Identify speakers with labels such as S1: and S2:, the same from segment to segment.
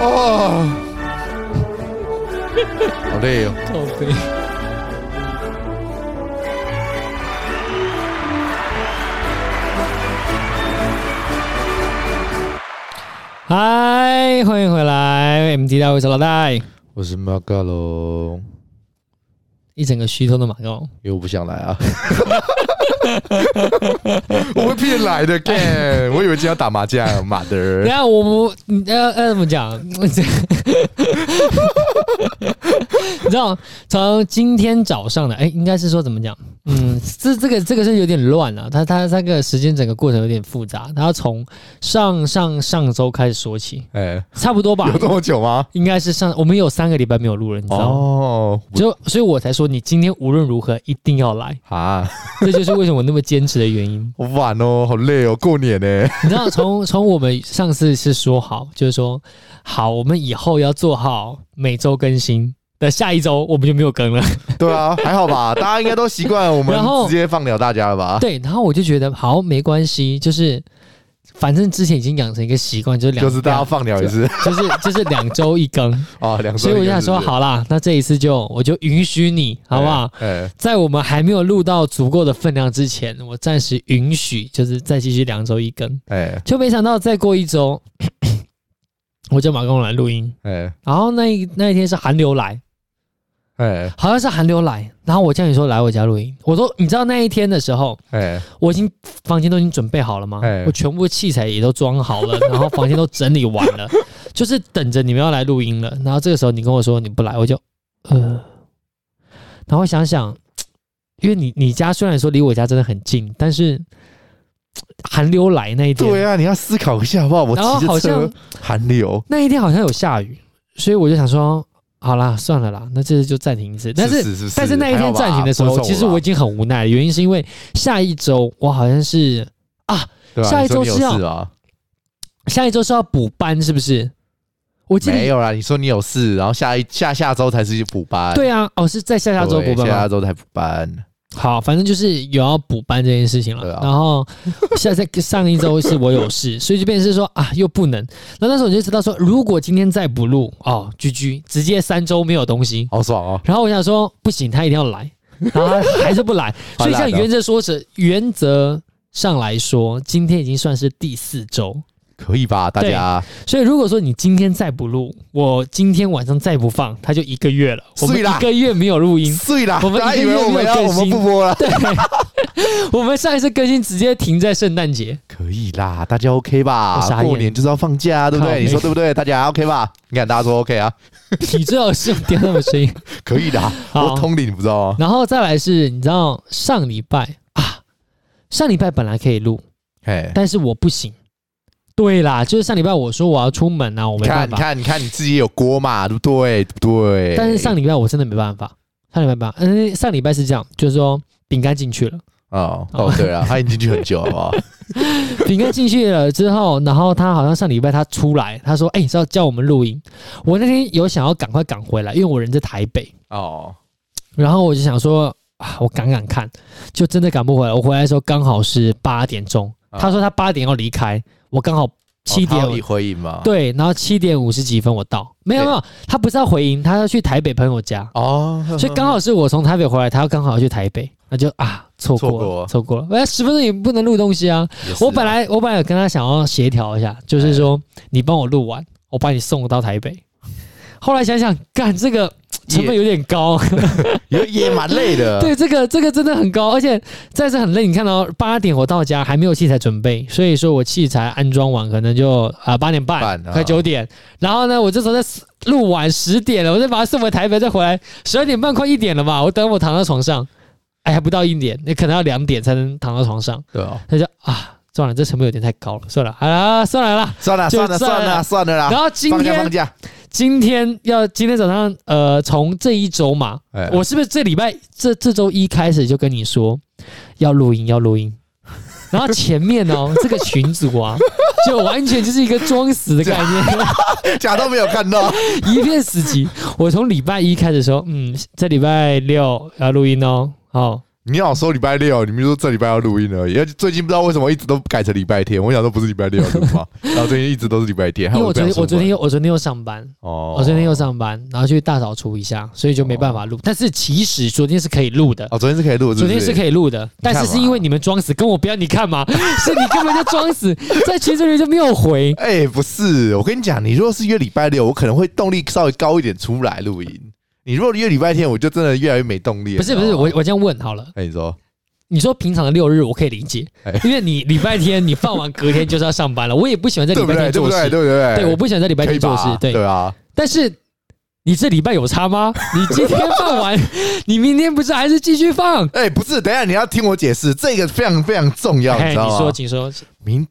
S1: 哦，好累哟、
S2: 靠背。嗨，欢迎回来，MT 大会小老大，
S1: 我是马嘎龙，
S2: 一整个虚脱的马高。
S1: 因为我不想来啊。 我会骗来的干，我以为今天要打麻将，妈
S2: 等一
S1: 的！
S2: 下我们你要要怎么讲？ 你知道从今天早上的哎、应该是说怎么讲？嗯，这这个这个是有点乱啊，它它它这个时间整个过程有点复杂，它要从上上上周开始说起，
S1: 哎，
S2: 差不多吧
S1: 有？这么久吗？
S2: 应该是上我们有三个礼拜没有录了，你知道吗？
S1: 哦，
S2: 就所以我才说你今天无论如何一定要来，
S1: 啊，
S2: 这就是为什么我那么坚持的原因。
S1: 好晚哦，好累哦，过年呢。
S2: 你知道，从从我们上次是说好，就是说好，我们以后要做好每周更新的，下一周我们就没有 更了。
S1: 对啊，还好吧，大家应该都习惯我们
S2: 然后
S1: 直接放鸟大家了吧？
S2: 对，然后我就觉得好没关系，就是反正之前已经养成一个习惯，就是 两
S1: 就是大家放鸟一次
S2: 就是就是两周一更，
S1: 哦， 两周
S2: 所
S1: 一
S2: 以
S1: 个
S2: 我就想说
S1: 是不是，
S2: 好啦，那这一次就我就允许你，好不好？
S1: 哎，
S2: 在我们还没有录到足够的分量之前，我暂时允许，就是再继续两周一更。
S1: 哎
S2: 就没想到再过一周， 我就马上来录音。
S1: 哎
S2: 然后那一那一天是寒流来，
S1: 哎
S2: 好像是寒流来，然后我叫你说来我家录音，我说你知道那一天的时候，
S1: 哎
S2: 我已经房间都已经准备好了吗？
S1: 哎
S2: 我全部器材也都装好了，然后房间都整理完了，就是等着你们要来录音了。然后这个时候你跟我说你不来，我就呃，然后想想，因为你你家虽然说离我家真的很近，但是寒流来那一天，
S1: 对啊，你要思考一下好不好？我
S2: 然后
S1: 骑
S2: 好
S1: 着
S2: 像
S1: 车寒流，
S2: 那一天好像有下雨，所以我就想说，好啦，算了啦，那这次就暂停一次。但是
S1: 是是
S2: 但是那一天暂停的时
S1: 还好
S2: 候，
S1: 吧
S2: 其实我已经很无奈，原因是因为下一周我好像是
S1: 对吧
S2: 下一周
S1: 你说
S2: 是
S1: 你
S2: 要
S1: 有事啊？
S2: 下一周是要补班，是不是？我记
S1: 没
S2: 得
S1: 有啦，你说你有事，然后下一下下周才是补班，
S2: 对啊，哦，是在下
S1: 对，
S2: 下周补班
S1: 下
S2: 吗？
S1: 周才补班，
S2: 好，反正就是有要补班这件事情
S1: 对
S2: 了。
S1: 啊
S2: 然后下在上一周是我有事，所以就变成是说啊，又不能。那那时候我就知道说，如果今天再不录哦，居居直接三周没有东西，
S1: 好爽哦！
S2: 然后我想说，不行，他一定要来，然后他还是 不来。
S1: 好
S2: 所以
S1: 懒
S2: 像
S1: 哦
S2: 原则说是原则上来说，今天已经算是第四周。
S1: 可以吧，大家？
S2: 所以如果说你今天再不录，我今天晚上再不放，他就一个月了。我们
S1: 碎啦
S2: 一个月没有 录音。
S1: 碎啦，
S2: 我们
S1: 大家
S2: 一
S1: 以
S2: 个
S1: 为
S2: 月
S1: 我们
S2: 没有
S1: 要
S2: 更
S1: 我们
S2: 新
S1: 不播了，
S2: 对， 我们上一次更新直接停在圣诞节。
S1: 可以啦，大家 OK
S2: 我
S1: 吧
S2: 傻？眼
S1: 过年就是要放假，对不
S2: 靠背
S1: 对？你说对不对？大家 OK 吧？你看大家说 OK 啊，
S2: 你最好是点那么声音。
S1: 可以的啊，
S2: 好
S1: 我通灵你不知道吗？哦
S2: 然后再来是，你知道上礼拜啊，上礼拜本来可以录，
S1: 哎，
S2: 但是我不行。对啦，就是上礼拜我说我要出门啊，我
S1: 你
S2: 没办
S1: 看，你
S2: 法。
S1: 看，你哎看，你自己也有锅嘛，对不对？对不对？
S2: 但是上礼拜我真的没办法，上礼拜没办法，嗯，上礼拜是这样，就是说饼干进去了，
S1: 哦哦，对了， 哦他已经进去很久，好不好？
S2: 饼干进去了之后，然后他好像上礼拜他出来，他说：“哎、你知道叫我们录音。”我那天有想要赶快赶回来，因为我人在台北，
S1: 哦，
S2: 然后我就想说啊，我赶赶看，就真的赶不回来。我回来的时候刚好是八点钟，
S1: 啊
S2: 他说他八点要离开，我刚好七点、
S1: 你回应嘛？
S2: 对，然后七点五十几分我到，没有没有，他不是要回营，他要去台北朋友家。
S1: 哦，
S2: 所以刚好是我从台北回来，他刚好去台北，那就啊错
S1: 错
S2: 过
S1: 过
S2: 了，错过了。哎，十分钟也不能录东西啊！
S1: 也是啊哎
S2: 我本来我本来有跟他想要协调一下，就是说你帮我录完，我把你送到台北。后来想想，干这个成本有点高，
S1: 啊也也蛮累 的，
S2: 对，这个这个真的很高，而且再次很累。你看到八点我到家还没有器材准备，所以说我器材安装完可能就啊八、点半
S1: 半啊
S2: 快九点，然后呢我这时候在录完十点了，我再把它送回台北，再回来十二点半快一点了嘛，我等我躺到床上，哎还不到一点，你可能要两点才能躺到床上，
S1: 对哦，
S2: 他就啊算了，这成本有点太高了，算了，好、啊、了算了啦。
S1: 算了
S2: 就
S1: 算了
S2: 算
S1: 算
S2: 了
S1: 了算了啦，
S2: 然后今
S1: 啊放假放
S2: 天
S1: 假，
S2: 今天要今天早上呃从这一周嘛，
S1: 哎
S2: 我是不是这礼拜这这周一开始就跟你说要录音要录音？ 然后前面哦，这个群组啊，就完全就是一个装死的概 念，
S1: 假都没有看到，
S2: 一片死寂。我从礼拜一开始说，嗯，这礼拜六要录音哦，好、
S1: 你好说礼拜六，你们说这礼拜要录音而已，而且最近不知道为什么一直都改成礼拜天。我想说不是礼拜六录吗？ 然后最近一直都是礼拜天，
S2: 因
S1: 害
S2: 为
S1: 我
S2: 我
S1: 不
S2: 昨
S1: 想
S2: 天
S1: 出
S2: 我昨天
S1: 门
S2: 又我昨天又上班，
S1: 哦哦
S2: 我昨天又上班，然后去大扫除一下，所以就没办法录。但是其实昨天是可以录的，
S1: 哦，昨天是可以录，
S2: 昨天是可
S1: 以。
S2: 以录的，但是
S1: 看嘛
S2: 是因为你们装死，跟我不要你看嘛， 是你根本就装死，在群组里就没有回。
S1: 哎、不是，我跟你讲，你如果是约礼拜六，我可能会动力稍微高一点出来录音。你如果约礼拜天，我就真的越来越没动力了。
S2: 不是不
S1: 你
S2: 是，
S1: 知道吗
S2: 我，我这样问好了，
S1: 哎、你说，
S2: 你说平常的六日我可以理解
S1: 哎，
S2: 因为你礼拜天你放完隔天就是要上班了，我也不喜欢在
S1: 对
S2: 礼
S1: 不
S2: 拜
S1: 对？
S2: 天
S1: 对不
S2: 做
S1: 对？
S2: 事，
S1: 对不对？
S2: 对，我不喜欢在礼拜
S1: 可以
S2: 天做事
S1: 吧，
S2: 对。
S1: 对啊，
S2: 但是你这礼拜有差吗？你今天放完，你明天不是还是继续放？
S1: 哎、不是，等一下你要听我解释，这个非常非常重要，你
S2: 哎，
S1: 知
S2: 你
S1: 道
S2: 说，
S1: 吗？
S2: 请说。
S1: 明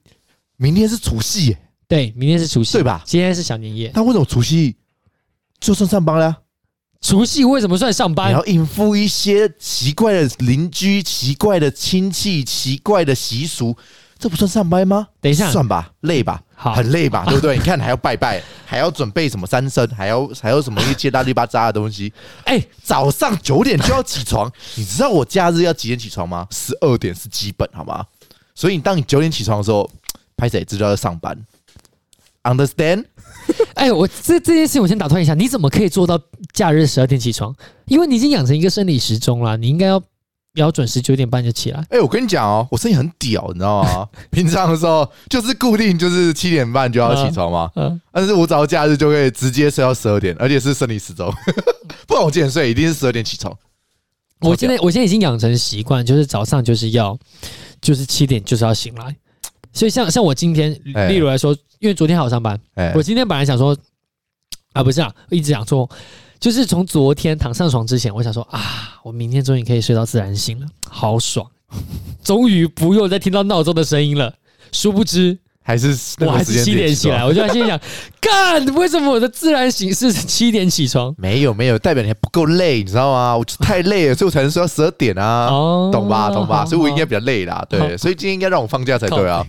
S1: 明天是除夕耶，
S2: 对，明天是除夕，
S1: 对吧
S2: 今天是小年夜，
S1: 那为什么除夕就算上班了啊？
S2: 除夕为什么算上
S1: 你
S2: 班？
S1: 要应付一些奇怪的邻居、奇怪的亲戚、奇怪的习俗，这不算上班吗？
S2: 等一下
S1: 算吧，累吧，
S2: 好
S1: 很累吧，对不对？你看还要拜拜， 还要准备什么三牲，还要还有什么一些拉里巴扎的东西。
S2: 哎，
S1: 早上九点就要起床，你知道我假日要几点起床吗？十二点是基本，好吗？所以你当你九点起床的时候，拍谁知道要上班？Understand？
S2: 哎，我这这件事情我先打断一下，你怎么可以做到假日十二点起床？因为你已经养成一个生理时钟了，你应该要要准时九点半就起来。
S1: 哎、我跟你讲哦，我生意很屌，你知道 吗？平常的时候就是固定就是七点半就要起床嘛，
S2: 嗯，
S1: 但是我只要假日就可以直接睡到十二点，而且是生理时钟， 不然我几点睡一定是十二点起床。
S2: 我现在我现在已经养成习惯，就是早上就是要就是七点就是要醒来。所以像像我今天，
S1: 哎
S2: 例如来说，因为昨天还有上班，
S1: 哎、
S2: 我今天本来想说啊，不是啊，一直想说，就是从昨天躺上床之前，我想说啊，我明天终于可以睡到自然醒了，好爽，终于不用再听到闹钟的声音了。殊不知，
S1: 还是那
S2: 我
S1: 个
S2: 还
S1: 时
S2: 是
S1: 间
S2: 七点起来，
S1: 床。
S2: 我就在心里想， 干，为什么我的自然醒是七点起床？
S1: 没有没有，代表你还不够累，你知道吗？我就是太累了，所以我才能睡到十二点啊，
S2: 哦
S1: 懂吧懂吧？
S2: 好
S1: 所以我应该比较累啦，
S2: 好
S1: 对，所以今天应该让我放假才对啊。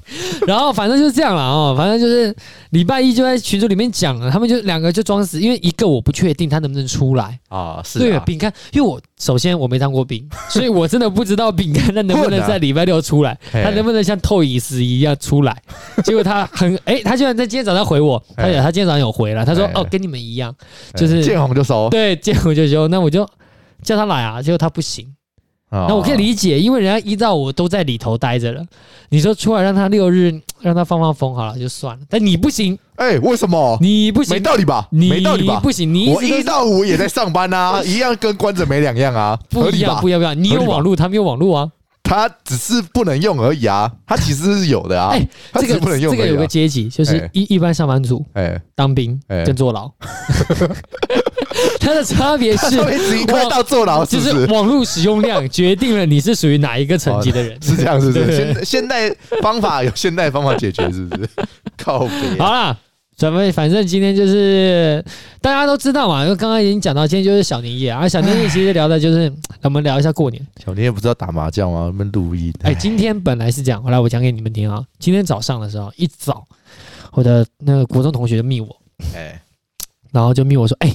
S2: 然后反正就是这样了哦，反正就是礼拜一就在群组里面讲了，他们就两个就装死，因为一个我不确定他能不能出来。
S1: 啊，是
S2: 对
S1: 啊，
S2: 饼干，因为我首先我没当 过兵，所以我真的不知道饼干他能不能在礼拜六出来，
S1: 啊嘿
S2: 他能不能像透影死一样 出来。结果他很哎、他居然在今天早上回我，他
S1: 嘿
S2: 他今天早上有回了，他说
S1: 嘿哦
S2: 哦跟你们一样，就是
S1: 见红就收。
S2: 对，结果就说那我就叫他来啊，结果他不行。
S1: 那
S2: 那
S1: 啊
S2: 我可以理解，因为人家一到我都在里头待着了，你说出来让他六日让他放放风好了就算了，但你不行，
S1: 哎、为什么？
S2: 你不
S1: 没
S2: 行，
S1: 道理吧？
S2: 你
S1: 没道理吧？
S2: 不行，你
S1: 我
S2: 直都
S1: 一
S2: 是
S1: 到五也在上班 啊，一样跟关着没两样啊，合
S2: 不一
S1: 理
S2: 样，
S1: 吧
S2: 不？一样，不一样，你有
S1: 合理吧
S2: 网络，他没有网络啊，
S1: 他只是不能用而已啊，他其实是有的啊
S2: 哎，
S1: 他
S2: 这
S1: 只是
S2: 个
S1: 不能用
S2: 这
S1: 而
S2: 个有
S1: 已
S2: 个
S1: 啊。
S2: 阶级，就是
S1: 哎
S2: 一一般上班族、
S1: 哎，
S2: 当兵
S1: 哎
S2: 跟 坐牢，它的差别
S1: 他
S2: 是
S1: 稍。微只一块到坐牢是
S2: 就
S1: 不
S2: 是
S1: 是？
S2: 网络使用量决定了你是属于哪一个层级的人。
S1: 是这样，是不是？
S2: 对
S1: 现现代方法有现代方法解决，是不是？ 靠北啊
S2: 好啦，咱们反正今天就是大家都知道嘛，因为刚刚已经讲到，今天就是小年夜啊，小年夜其实聊的就是 我们聊一下过年。
S1: 小年夜不是要打麻将吗？我们录音。
S2: 哎，今天本来是这样，后来我讲给你们听啊。今天早上的时候，一早我的那个国中同学就密我，
S1: 哎，
S2: 然后就密我说，哎。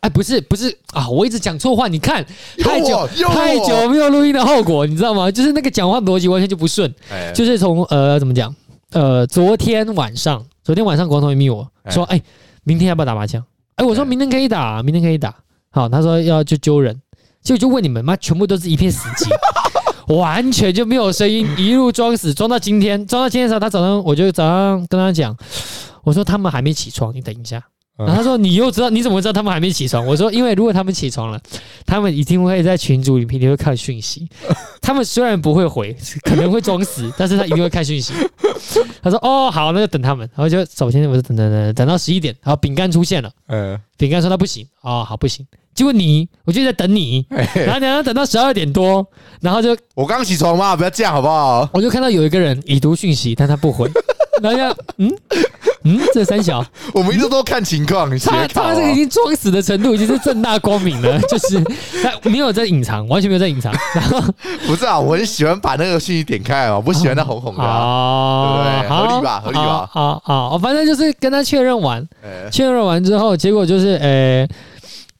S2: 哎，不是不是啊，我一直讲错话，你看太
S1: 又
S2: 久
S1: 我又我
S2: 太久没有录音的后果，你知道吗？就是那个讲话逻辑完全就不顺，
S1: 哎
S2: 就是从呃怎么讲，呃，昨天晚上，昨天晚上广同也密我
S1: 哎
S2: 说，哎、明天要不要打麻将？哎、我说
S1: 哎
S2: 明天可以打，明天可以打。好，他说要去揪人，结果就问你们，妈，全部都是一片死寂。完全就没有声音，一路装死，装到今天，装到今天的时候，他早上我就早上跟他讲，我说他们还没起床，你等一下。
S1: 嗯
S2: 然后他说你又知道你怎么知道他们还没起床？我说因为如果他们起床了，他们一定会在群组里面一定会看讯息。他们虽然不会回，可能会装死，但是他一定会看讯息。他说哦好，那就等他们。然后就首先我就等等等等到十一点，然后饼干出现了，
S1: 嗯，
S2: 饼干说他不行，哦好不行。结果你我就在等你，
S1: 哎
S2: 然后等到等到十二点多，然后就
S1: 我刚起床嘛，不要这样好不好？
S2: 我就看到有一个人已读讯息，但他不回， 然后就嗯嗯，这三小
S1: 我们一直都看情况，你写
S2: 他
S1: 考
S2: 他这个已经装死的程度已经是正大光明了，就是他没有在隐藏，完全没有在隐藏。然后
S1: 不是啊，我很喜欢把那个讯息点开啊，我不喜欢它红红的啊。
S2: 啊
S1: 对不对合理吧合理吧
S2: 哦啊啊！好反正就是跟他确认完，
S1: 哎
S2: 确认完之后，结果就是呃。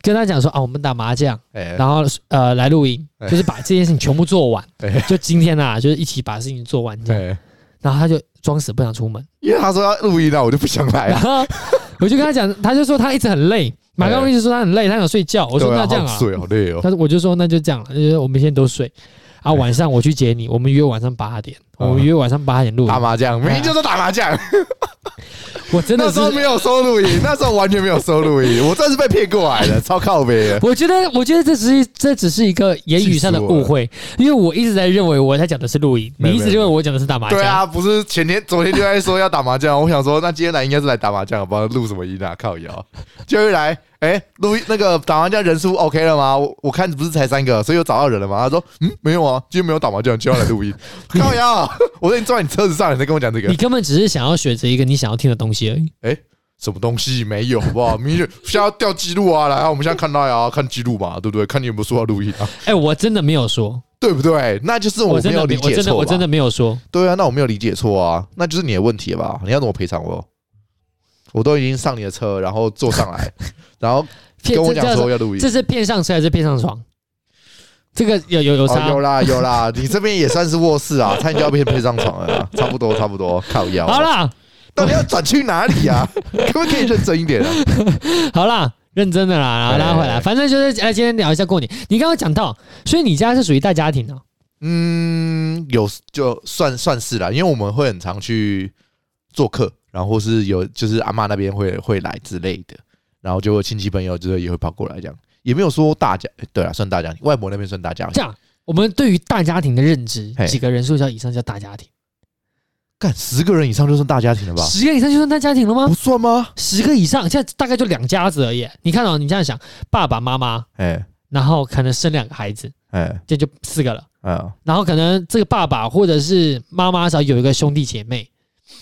S2: 跟他讲说啊，我们打麻将，
S1: 哎、
S2: 然后呃来录音，
S1: 哎
S2: 就是把这件事情全部做完
S1: 哎，
S2: 就今天啊，就是一起把事情做完这样。
S1: 对，
S2: 然后他就装死不想出门，
S1: 因为他说要录音了，我就不想来啊
S2: 然
S1: 了。
S2: 后我就跟他讲，他就说他一直很累，马高一直说他很累，他想睡觉。 我说
S1: 哎对啊
S2: 那这样
S1: 好
S2: 啊，
S1: 水好累 哦。哎
S2: 他说我就说那就这样了，就是我们现在都睡啊，晚上我去接你，我们约晚上八点，我们约晚上八点录音
S1: 嗯打。麻将，明明就是打麻将。
S2: 我哎 真的
S1: 那时
S2: 是
S1: 候没有收录 音，那时候完全没有收录音，我真是被骗过来的，超靠背 的。
S2: 我觉得，我觉得这只是这只是一个言语上的误会，因为我一直在认为我在讲的是录音，
S1: 没
S2: 你
S1: 有
S2: 一直认为我讲的是打麻将。
S1: 对，啊，不是前天、昨天就在说要打麻将，我想说那今天来应该是来打麻将，不知道录什么音啊，靠摇。就一来，哎、录音那个打麻将人数 OK 了吗？我我看不是才三个，所以有找到人了吗？他说，嗯，没有啊，今天没有打麻将，就要来 录音。靠摇，我说你坐在你车子上，你在跟我讲这个
S2: 你根本只是想要选择一个你想要听的东西 而已。
S1: 什么东西没有，好不 好？明显现在要调记录啊，来啊，我们现在看到呀、看记录嘛，对不对？看你有没有说要录音啊，
S2: 哎、我真的没有说，
S1: 对不对？那就是
S2: 我
S1: 没
S2: 真的
S1: 有理
S2: 没，我
S1: 解
S2: 真的，
S1: 错
S2: 我真
S1: 吧？
S2: 的没有说。
S1: 对啊，那我没有理解错啊，那就是你的问题了吧？你要怎么赔偿我？我都已经上你的车，然后坐上 来，然后
S2: 骗
S1: 跟我
S2: 这
S1: 讲
S2: 这
S1: 说要录音
S2: 这。是骗上车还是骗上床？这个有有有
S1: 哦，
S2: 差、
S1: 有啦有啦，你这边也算是卧室啊，差点就要被配上床了啊，差不多差不多，靠腰。啊
S2: 好，啦，
S1: 到底要转去哪里啊？ 可不可以认真一点啊？
S2: 好啦，认真的啦，然后拉回
S1: 哎哎
S2: 来，
S1: 哎
S2: 反正就是哎，今天聊一下过年。你刚刚讲到，所以你家是属于大家庭啊，
S1: 嗯，有就算算是啦，因为我们会很常去做客，然后或是有就是阿嬷那边会会来之类的，然后就会亲戚朋友就是也会跑过来这样，也没有说大家对啊，算大家庭，外婆那边算大家
S2: 这
S1: 庭，
S2: 样。我们对于大家庭的认知，
S1: 嘿
S2: 几个人数叫以上叫大家庭，
S1: 干十个人以上就算大家庭了吧？
S2: 十个以上就算大家庭了吗
S1: 不？算吗？
S2: 十个以上，现在大概就两家子而已。你看哦，你这样想，爸爸妈妈，
S1: 哎
S2: 然后可能生两个孩子，
S1: 哎
S2: 这就四个了。
S1: 嗯
S2: 然后可能这个爸爸或者是妈妈，只要有一个兄弟姐妹，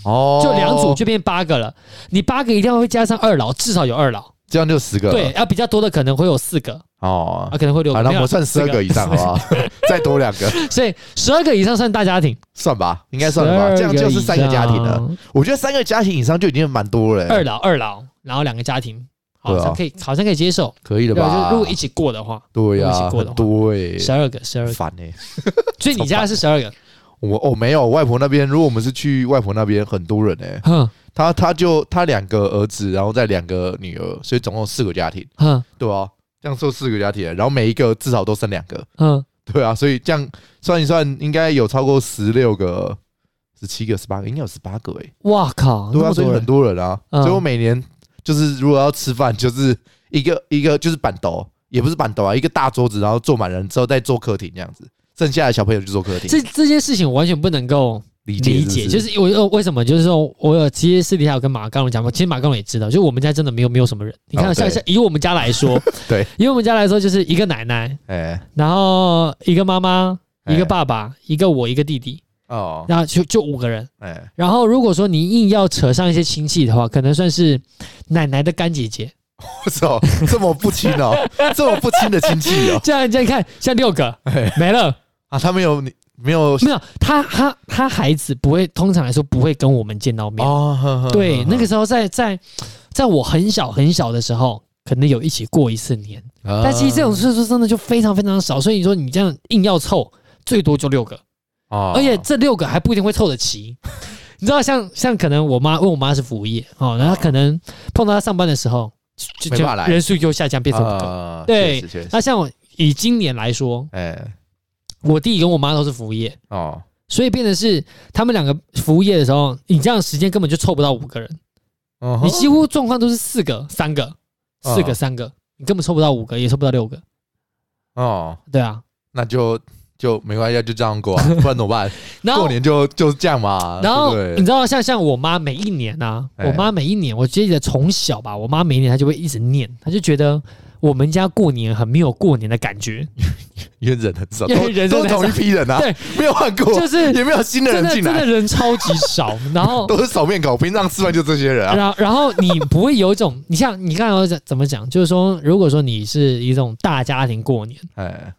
S1: 哦，
S2: 就两组就变八个了。你八个一定要会加上二老，至少有二老。
S1: 这样就十个了
S2: 对，啊，比较多的可能会有四个，
S1: 哦
S2: 啊，。可能会六
S1: 好，
S2: 个。
S1: 那
S2: 没
S1: 我
S2: 有
S1: 们算十二个以上好不好？ 再多两个
S2: 所以十二个以上算大家庭，
S1: 算吧，应该算了吧？这样就是三个家庭了。
S2: 12以上。
S1: 我觉得三个家庭以上就已经蛮多了、
S2: 二老二老，然后两个家庭，好
S1: 对啊
S2: 像可以，好像可以接受。
S1: 可以了
S2: 对啊，
S1: 吧？
S2: 就是如果一起过的话，
S1: 对呀、
S2: 一起过的
S1: 很
S2: 话
S1: 多哎、
S2: 十二个，十二
S1: 很
S2: 个。
S1: 烦哎、
S2: 所以你家是十 二个，
S1: 我哦没有，外婆那边，如果我们是去外婆那边，很多人哎、
S2: 哼
S1: 她她就她两个儿子，然后再两个女儿，所以总共四个家庭，
S2: 哼
S1: 对啊，这样说四个家庭，欸然后每一个至少都生两个，
S2: 哼。
S1: 对啊，所以这样算一算，应该有超过十六个、十七个、十八个，应该有十八个哎、
S2: 哇靠，
S1: 对
S2: 那
S1: 啊，
S2: 么
S1: 所以
S2: 多
S1: 很
S2: 人，
S1: 多人啊，
S2: 嗯
S1: 所以我每年就是如果要吃饭，就是一个一个就是板凳，也不是板凳啊，一个大桌子，然后坐满人之后再做客厅这样子，剩下的小朋友就做客厅。
S2: 这这件事情我完全不能够
S1: 理解
S2: 理
S1: 不
S2: 解，就是我呃我为什么就是说我有其实私底下有跟马刚龙讲过，其实马刚龙也知道，就我们家真的没有没有什么人。你看
S1: 哦
S2: 像
S1: 对，
S2: 像以我们家来说
S1: 对，
S2: 以我们家来说就是一个奶奶，
S1: 哎
S2: 然后一个妈妈，
S1: 哎
S2: 一个爸爸，一个我，一个弟弟，
S1: 哦
S2: 然后就就五个人。
S1: 哎
S2: 然后如果说你硬要扯上一些亲戚的话，可能算是奶奶的干姐姐。
S1: 我操，这么不亲 哦，这么不亲的亲戚哦
S2: 这样这样看，像六个
S1: 哎
S2: 没了。
S1: 啊，他们有你没有
S2: 没有，他他他孩子不会，通常来说不会跟我们见到面。
S1: 哦？呵呵呵
S2: 对，那个时候在在在我很小很小的时候，可能有一起过一次年，
S1: 啊
S2: 但其实这种次数真的就非常非常少。所以你说你这样硬要凑，最多就六个，
S1: 哦
S2: 而且这六个还不一定会凑得齐。你知道像，像可能我妈，因为我妈是服务业哦，然后可能碰到她上班的时候，就
S1: 没
S2: 就
S1: 办法来
S2: 人数就下降，变成不够。
S1: 啊
S2: 对
S1: 确实确实
S2: 那像我以今年来说，
S1: 哎
S2: 我弟跟我妈都是服务业，
S1: 哦
S2: 所以变得是他们两个服务业的时候，你这样时间根本就凑不到五个人，
S1: 嗯
S2: 你
S1: 哼
S2: 几乎状况都是四个、三个、四个、
S1: 嗯
S2: 三个，你根本凑不到五个，也凑不到六个。
S1: 哦，
S2: 对啊，
S1: 那就就没关系，就这样 过啊，不然怎么办？
S2: 然
S1: 过
S2: 后
S1: 年就就是这样嘛，
S2: 然后嗯
S1: 对
S2: 你
S1: 不
S2: 知
S1: 对
S2: 道像像我妈每一年啊，
S1: 哎
S2: 我妈每一年，我记得从小吧，我妈每一年她就会一直念，她就觉得我们家过年很没有过年的感觉，
S1: 因为人很少，
S2: 因为
S1: 都
S2: 人
S1: 都
S2: 真的
S1: 是同一批人啊，
S2: 对，
S1: 没有换过，
S2: 就是
S1: 也没有新的
S2: 真
S1: 人
S2: 的
S1: 进
S2: 真
S1: 来
S2: 的，人超级少，然 后
S1: 都是熟面孔，平常吃饭就这些人啊，
S2: 然后，然后你不会有一种，你像你刚才讲怎么讲，就是说，如果说你是一种大家庭过年，
S1: 哎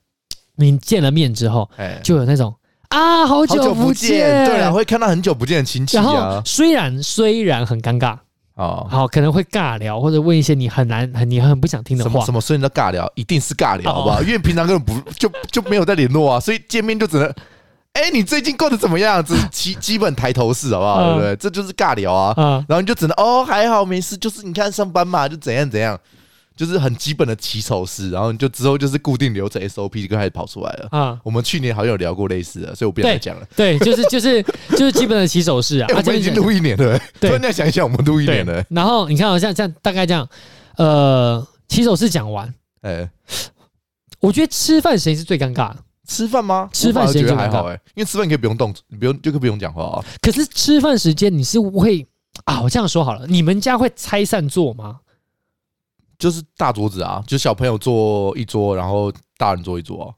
S2: 你见了面之后，
S1: 哎，
S2: 就有那种啊，好
S1: 好久
S2: 不
S1: 不见，对啊，
S2: 然后啊
S1: 会看到很久不见的亲戚啊，
S2: 虽然虽然很尴尬，
S1: 哦，
S2: 好，可能会尬聊，或者问一些你很难、很你很不想听的
S1: 什么
S2: 话
S1: 什。么事情都尬聊，一定是尬聊，
S2: 哦
S1: 好不好？因为平常根本不就就没有在联络啊，所以见面就只能，哎、你最近过得怎么样？这是基基本抬头式，好不好？
S2: 嗯
S1: 对不对？这就是尬聊啊。
S2: 啊、
S1: 然后你就只能哦，还好没事，就是你看上班嘛，就怎样怎样，就是很基本的起手式。然后你就之后就是固定流程 SOP 就开始跑出来了。
S2: 啊、
S1: 我们去年好像有聊过类似的，所以我不想再
S2: 对啊
S1: 讲了。
S2: 对，就是就是 就是基本的起手式啊。
S1: 哎、
S2: 啊
S1: 我
S2: 就
S1: 们
S2: 是
S1: 已经录一年了、欸，
S2: 对
S1: 突然间想一想，我们录一年了、
S2: 对，然后你看、哦，像像大概这样，呃，起手式讲完，
S1: 哎、
S2: 我觉得吃饭时间是最尴尬的。
S1: 吃饭吗？
S2: 吃饭
S1: 我反而
S2: 时间
S1: 觉得
S2: 就
S1: 还
S2: 尴尬
S1: 好哎、因为吃饭你可以不用动，你不用就可以不用讲话啊。
S2: 可是吃饭时间你是会啊，我这样说好了，你们家会拆散坐吗？
S1: 就是大桌子啊，就小朋友坐一桌，然后大人坐一桌、啊，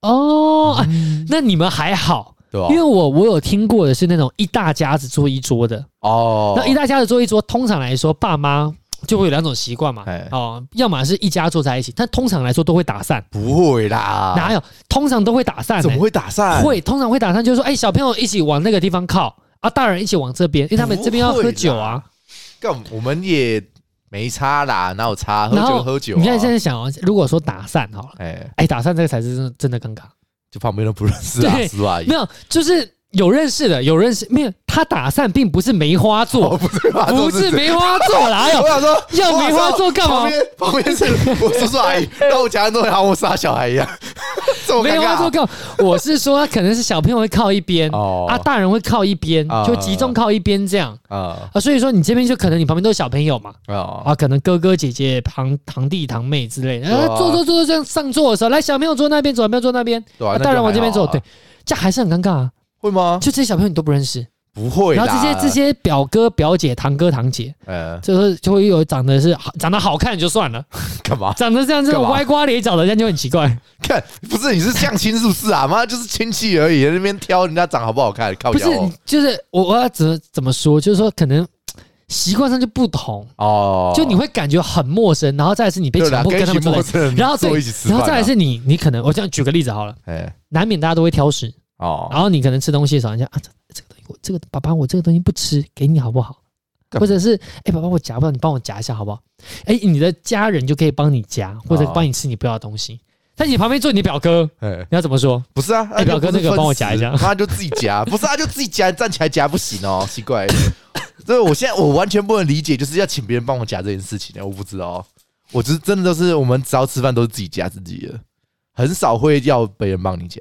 S1: 啊
S2: 哦，哎那你们还好，
S1: 对吧
S2: 因？为我我有听过的是那种一大家子坐一桌的，
S1: 哦，
S2: 那一大家子坐一桌，通常来说爸妈就会有两种习惯嘛
S1: 哎，
S2: 哦，要么是一家坐在一起，但通常来说都会打散，
S1: 不会啦，
S2: 哪有？通常都会打散、欸，
S1: 啊怎么会打散？
S2: 会通常会打散，就是说，哎、小朋友一起往那个地方靠啊，大人一起往这边，因为他们这边要喝酒啊。
S1: 干，我们也没差啦，哪有差？喝
S2: 然
S1: 酒
S2: 后
S1: 喝酒、啊，
S2: 你看现在想哦，如果说打散好了，
S1: 哎、
S2: 哎、打散这个才是真的真的尴尬。
S1: 就旁边都不认识啊，
S2: 对
S1: 是吧？
S2: 没有，就是有认识的，有认识没有？他打散并不是梅花
S1: 哦，
S2: 座，
S1: 不是吧？
S2: 不是梅花座 啦，哎
S1: 我
S2: 呦，
S1: 想说，
S2: 要梅花
S1: 做
S2: 座干嘛
S1: 旁？边旁边是我叔叔阿姨，然后我家人都好像我杀小孩一样， 这么尴
S2: 梅花座
S1: 尬。
S2: 干嘛？我是说，可能是小朋友会靠一边，
S1: 哦
S2: 啊，大人会靠一边，
S1: 啊
S2: 就集中靠一边这样
S1: 啊
S2: 啊。所以说，你这边就可能你旁边都是小朋友嘛，
S1: 啊！
S2: 啊，可能哥哥姐姐、堂堂弟堂妹之类的，
S1: 对
S2: 啊
S1: 啊，
S2: 坐坐坐坐这样上座的时候，来小朋友坐那边，小朋友坐那边，
S1: 对啊
S2: 啊
S1: 那就
S2: 大人往这边坐，
S1: 还好啊
S2: 对，这样还是很尴尬啊。
S1: 会吗？
S2: 就这些小朋友你都不认识，
S1: 不会啦。
S2: 然后这些这，些表哥表姐、堂哥堂姐，
S1: 呃，
S2: 就是就会有长得是好长得好看就算了，
S1: 干嘛？
S2: 长得这样这种
S1: 干嘛
S2: 歪瓜裂枣的，这样就很奇怪。
S1: 看，不是你是相亲是不是啊？妈， 就是亲戚而已，在那边挑人家长好不好看，靠
S2: 不是
S1: 腰哦，
S2: 就是我我要怎么怎么说，就是说可能习惯上就不同，
S1: 哦。
S2: 就你会感觉很陌生，然后再来是你被
S1: 对
S2: 强
S1: 啦，
S2: 迫
S1: 跟
S2: 跟他
S1: 一
S2: 们
S1: 群
S2: 坐
S1: 陌
S2: 在一起，
S1: 生人
S2: 然后
S1: 坐
S2: 对
S1: 一起吃饭
S2: 然
S1: 啊，
S2: 后再来是你你可能我这样举个例子好了，
S1: 哎
S2: 难免大家都会挑食。
S1: 哦，
S2: 然后你可能吃东西的时候，你想啊，这这个东西我这个爸爸我这个东西不吃，给你好不好？
S1: 干嘛
S2: 或者是哎、爸爸我夹不到，你帮我夹一下好不好？哎、你的家人就可以帮你夹，或者
S1: 哦
S2: 帮你吃你不要的东西。但你旁边坐你表哥，
S1: 哎。
S2: 你要怎么说？
S1: 不是啊，
S2: 哎表哥
S1: 就不是
S2: 那个
S1: 分
S2: 帮我
S1: 食
S2: 夹一下
S1: 他就自己 夹，不是啊，就自己夹，站起来夹不行哦，奇怪。所以我现在我完全不能理解，就是要请别人帮我夹这件事情的，我不知道，我就是真的都是我们只要吃饭都是自己夹自己的，很少会要别人帮你夹，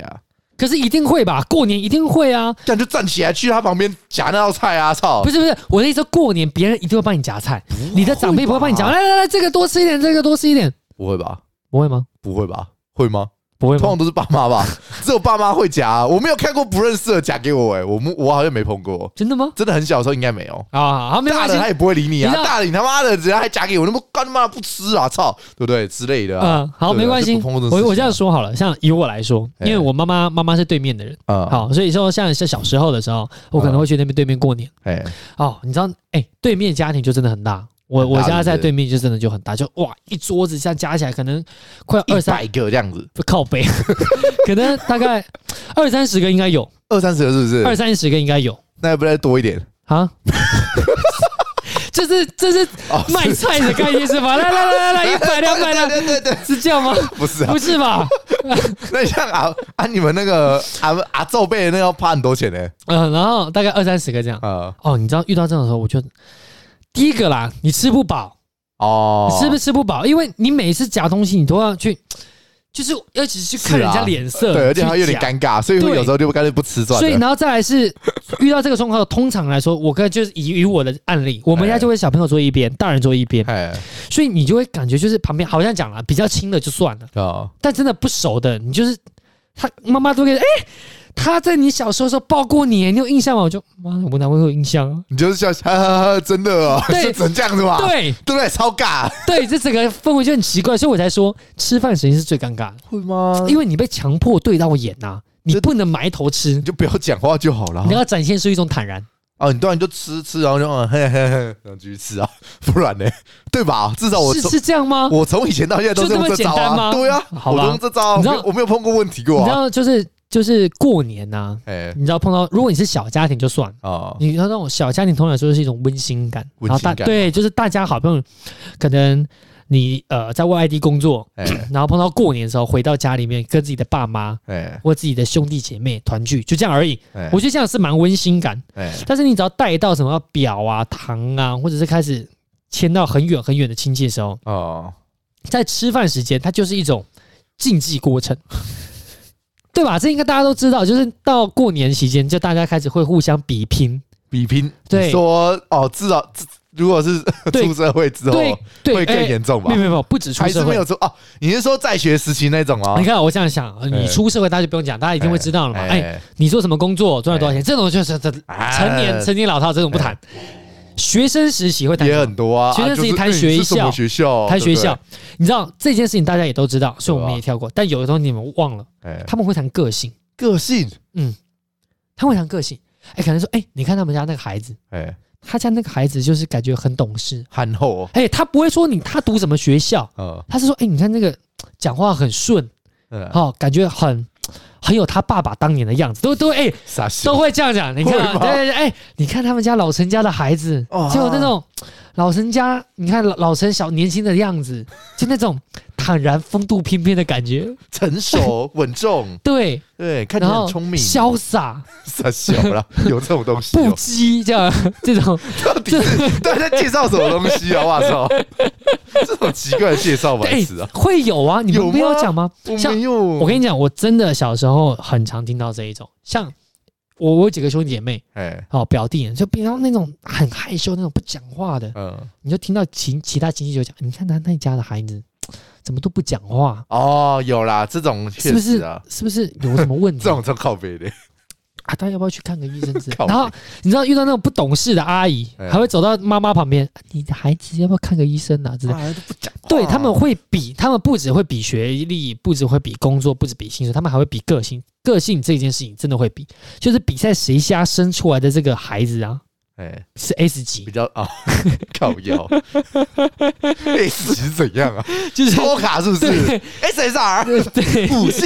S2: 可是一定会吧，过年一定会啊！
S1: 这样就站起来去他旁边夹那道菜啊，操！
S2: 不是不是，我的意思说过年别人一定会帮你夹菜，你的长辈不会帮你夹。
S1: 吧
S2: 来来来，这个多吃一点，这个多吃一点，
S1: 不会吧？
S2: 不会吗？
S1: 不会吧？会吗？
S2: 不会
S1: 通
S2: 吗
S1: 常？都是爸妈吧，只有爸妈会夹啊、我没有看过不认识的夹给我、欸，哎，我们我好像没碰过，
S2: 真的吗？
S1: 真的很小的时候应该没有。
S2: 啊，好，没
S1: 大
S2: 关
S1: 人他
S2: 系。
S1: 也不会理你啊
S2: 你知，道
S1: 大人你他妈的，人家还夹给我，那么干他妈不吃啊，操，对不对之类的啊？
S2: 嗯，好，
S1: 对啊
S2: 没关系。
S1: 就不碰这种事
S2: 我
S1: 情啊
S2: 我这样说好了，像以我来说，因为
S1: 哎
S2: 我妈妈妈妈是对面的人，
S1: 啊，
S2: 呃好，所以说像像小时候的时候，我可能会去那边对面过年。
S1: 哎，
S2: 哦，你知道，哎、对面家庭就真的很大。我
S1: 很大
S2: 我家
S1: 是不
S2: 在
S1: 是
S2: 对面就真的就很大，就哇一桌子，这样加起来可能快要
S1: 一
S2: 二三
S1: 百个这样子，
S2: 不靠背， 可能大概二三十个应该有，
S1: 二三十个是不
S2: 二
S1: 是？
S2: 三十个应该有
S1: 那要不再多一点？
S2: 啊。 这是这是
S1: 哦
S2: 卖菜的概念是吧？来来来来来，一百两百
S1: 对
S2: 两，
S1: 对对对，
S2: 是这样吗？
S1: 不是啊
S2: 不，是吧？
S1: 那你像啊啊，你们那个啊啊皱背的那个要花很多钱呢，
S2: 嗯，然后大概二三十个这样。
S1: 啊
S2: 哦，你知道遇到这种时候，我就第一个啦，你吃不饱，
S1: 哦，
S2: 你是不是吃不饱？因为你每次夹东西，你都要去，就是要只去看人家脸色，
S1: 啊对，而且还有点
S2: 去夹。
S1: 尴尬，所以
S2: 对
S1: 有时候就干脆不吃算
S2: 所以，
S1: 了。
S2: 然后再来是遇到这个状况，通常来说，我跟就是以以我的案例，我们家就会小朋友坐一边，大人坐一边，
S1: 哎，
S2: 所以你就会感觉就是旁边好像讲了比较轻的就算了，
S1: 啊，
S2: 但真的不熟的，你就是他妈妈都会哎、他在你小时候的时候抱过你，你有印象吗？我就妈，我哪会有印象啊？
S1: 你就是笑笑，哈哈哈真的哦，
S2: 对
S1: 是成这样子嘛？
S2: 对
S1: 对不对？超 尬，
S2: 对，这整个氛围就很奇怪，所以我才说吃饭时间是最尴尬的。
S1: 会吗
S2: 因为你被强迫对到眼呐、你
S1: 这
S2: 不能埋头吃
S1: 你，就不要讲话就好了
S2: 你。要展现出一种坦然。
S1: 哦，你当然就吃吃，然后就嗯嘿嘿嘿，然后继续吃啊， 不然呢？对吧？至少我
S2: 是
S1: 从
S2: 是这样吗？
S1: 我从以前到现在都是用
S2: 啊就这么
S1: 招
S2: 简单
S1: 啊，
S2: 吗
S1: 对啊，
S2: 好
S1: 我
S2: 吧
S1: 都用这招啊，我
S2: 你知
S1: 没
S2: 道
S1: 有我没有碰过问题过
S2: 你知
S1: 啊。
S2: 道，就是就是过年呐、
S1: 哎、
S2: 你知道碰到如果你是小家庭就算了。
S1: 哦，
S2: 你要那种小家庭，通常来说是一种温馨感，
S1: 温馨
S2: 然后大
S1: 感
S2: 对，就是大家好朋友，可能你呃在外地工作，
S1: 哎
S2: 然后碰到过年的时候回到家里面跟自己的爸妈
S1: 哎
S2: 或自己的兄弟姐妹团聚，就这样而已。
S1: 哎
S2: 我觉得这样是蛮温馨感，
S1: 哎
S2: 但是你只要带到什么表啊、糖啊，或者是开始牵到很远很远的亲戚的时候，
S1: 哦，
S2: 在吃饭时间，它就是一种竞技过程，对吧？这应该大家都知道，就是到过年期间，就大家开始会互相比拼，
S1: 比拼，
S2: 对
S1: 你说哦，至少至如果是
S2: 对
S1: 出社会之后，
S2: 对对，
S1: 哦会更
S2: 哎
S1: 严重吧
S2: 没有？没有没有，不止出
S1: 还是
S2: 社
S1: 没
S2: 会
S1: 有。出哦？你是说在学时期那种哦？
S2: 你看，我这样想，呃你
S1: 哎
S2: 出社会大家就不用讲，大家一定会知道了嘛。哎，你做什么工作，赚了多少钱，这种就是这
S1: 哎
S2: 成年成年老套这种不谈。学生时期会谈
S1: 也
S2: 什么
S1: 很多啊，
S2: 哎学生时期
S1: 就是
S2: 谈
S1: 你
S2: 学
S1: 是什
S2: 校
S1: 么学校，
S2: 谈
S1: 对
S2: 学
S1: 不
S2: 校，你知道这件事情大家也都知道，所以我们
S1: 对啊
S2: 也跳过。但有的东西你们忘了，
S1: 对，哎，
S2: 他们会谈个性，
S1: 个性，
S2: 他们会谈个性。哎，可能说，哎，你看他们家那个孩子，
S1: 哎，
S2: 他家那个孩子就是感觉很懂事。
S1: 憨厚，哦
S2: 哎，他不会说你他读什么学校，
S1: 嗯
S2: 他是说，哎，你看那个讲话很顺，
S1: 嗯，
S2: 哦，感觉很很有他爸爸当年的样子，都都哎
S1: 傻笑
S2: 都，会这样讲。你看啊，
S1: 会吗
S2: 对对对，哎，你看他们家老陈家的孩子，
S1: 哦
S2: 就有那种老陈家，你看老老陈小年轻的样子，就那种坦然风度翩翩的感觉。
S1: 成熟稳 重，
S2: 对，
S1: 对，看起
S2: 然
S1: 来
S2: 后
S1: 很聪明，
S2: 潇洒、
S1: 傻笑 了，有这种东西
S2: 不
S1: 哦？
S2: 羁，这样这种
S1: 到底是到底在介绍什么东西啊？我操， 这种奇怪的介绍白痴啊！
S2: 哎会有啊？你
S1: 有
S2: 们
S1: 吗嗯
S2: 没有讲吗？
S1: 我
S2: 哎像
S1: 没有，
S2: 我跟你讲，我真的小时候很常听到这一种，像我我有几个兄弟姐妹
S1: 哎，
S2: 哦，表弟就平常那种很害羞那种不讲话的，
S1: 嗯，
S2: 你就听到其其他亲戚就讲，你看他那家的孩子怎么都不讲话，
S1: 哦，有啦，这种
S2: 是
S1: 确
S2: 不
S1: 实
S2: 是
S1: 啊，？
S2: 是不是有什么问题
S1: 这种超靠背的，
S2: 啊？他要不要去看个医生之 类
S1: 靠
S2: 的？然后你知道遇到那种不懂事的阿姨，
S1: 哎
S2: 还会走到妈妈旁边，啊你的孩子要不要看个医生啊？之类的。
S1: 啊都不讲话，
S2: 对他们会比，他们不只会比学历，不只会比工作，不只比薪水，他们还会比个性。个性这件事情真的会比，就是比赛谁家生出来的这个孩子啊，
S1: 哎。
S2: 是 S 级
S1: 比，较啊， 靠 腰 S 级怎样啊？
S2: 就是
S1: 抽卡是不是
S2: 对
S1: ？SSR
S2: 对，
S1: 五星，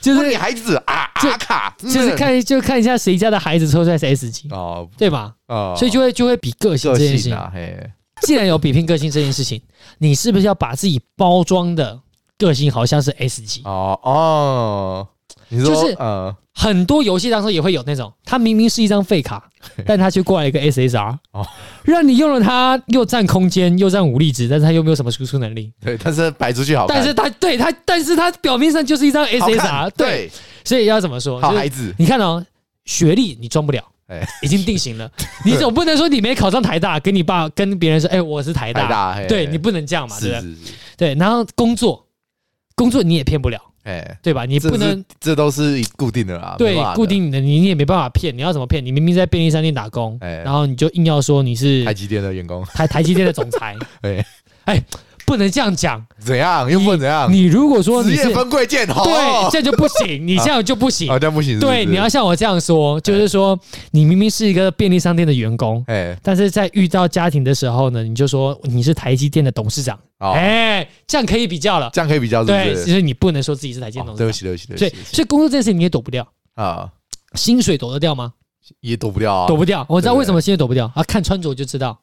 S2: 就
S1: 问你
S2: 是
S1: 孩子啊
S2: 就
S1: 啊卡，
S2: 就是看就看一下谁家的孩子抽出来是 S 级，
S1: 哦
S2: 对吧？
S1: 哦，
S2: 所以就会就会比个性
S1: 个
S2: 这件事
S1: 性
S2: 情。
S1: 啊，嘿，
S2: 既然有比拼个性这件事情，你是不是要把自己包装的个性好像是 S 级？
S1: 哦哦，你说
S2: 就是
S1: 呃
S2: 很多游戏当中也会有那种，它明明是一张 废卡，但它却挂了一个 SSR，
S1: 哦
S2: 让你用了它又占空间又占武力值，但是它又没有什么输出能力。
S1: 对，但是摆出去好看，
S2: 但是它对它，但是它表面上就是一张
S1: 好看
S2: SSR，对，
S1: 对，
S2: 所以要怎么说？
S1: 好
S2: 就是
S1: 孩子，
S2: 你看哦，学历你装不了，
S1: 哎
S2: 已经 定型了。你总不能说你没考上台大，跟你爸跟别人说，哎、我是台大，
S1: 太大，嘿
S2: 对你不能这样嘛，对
S1: 是
S2: 不对？
S1: 是是，
S2: 对，然后工作，工作你也骗不了，
S1: 哎，
S2: 对吧？你
S1: 这
S2: 不
S1: 是
S2: 能
S1: 这都是固定的啦，没
S2: 对
S1: 办法的
S2: 固定你的，你你也没办法骗，你要怎么骗？你明明在便利商店打工，
S1: 哎
S2: 然后你就硬要说你是
S1: 台积电的员工，
S2: 台台积电的总 裁，
S1: 哎
S2: 哎，不能这样讲。
S1: 怎样又不能怎样，
S2: 你如果说
S1: 职
S2: 你是
S1: 业分贵贱，好
S2: 对，这样就不行，你这样就不行。
S1: 啊，这样不行，是不是
S2: 对，你要像我这样说，就是说你明明是一个便利商店的员工，
S1: 哎，
S2: 但是在遇到家庭的时候呢，你就说你是台积电的董事长，
S1: 好，
S2: 哎、这样可以比较了。
S1: 这样可以比较，哦是
S2: 对，
S1: 不
S2: 其
S1: 是？
S2: 实你不能说自己是台积电
S1: 哦
S2: 董
S1: 对
S2: 事
S1: 不
S2: 长，
S1: 起，对不起，对
S2: 所
S1: 不
S2: 以
S1: 起
S2: 所以工作这件事情你也躲不掉，
S1: 啊，
S2: 薪水躲得掉吗？
S1: 也躲不掉啊，
S2: 躲不掉。我知道
S1: 对
S2: 为什么薪水躲不掉啊，看穿着就知道，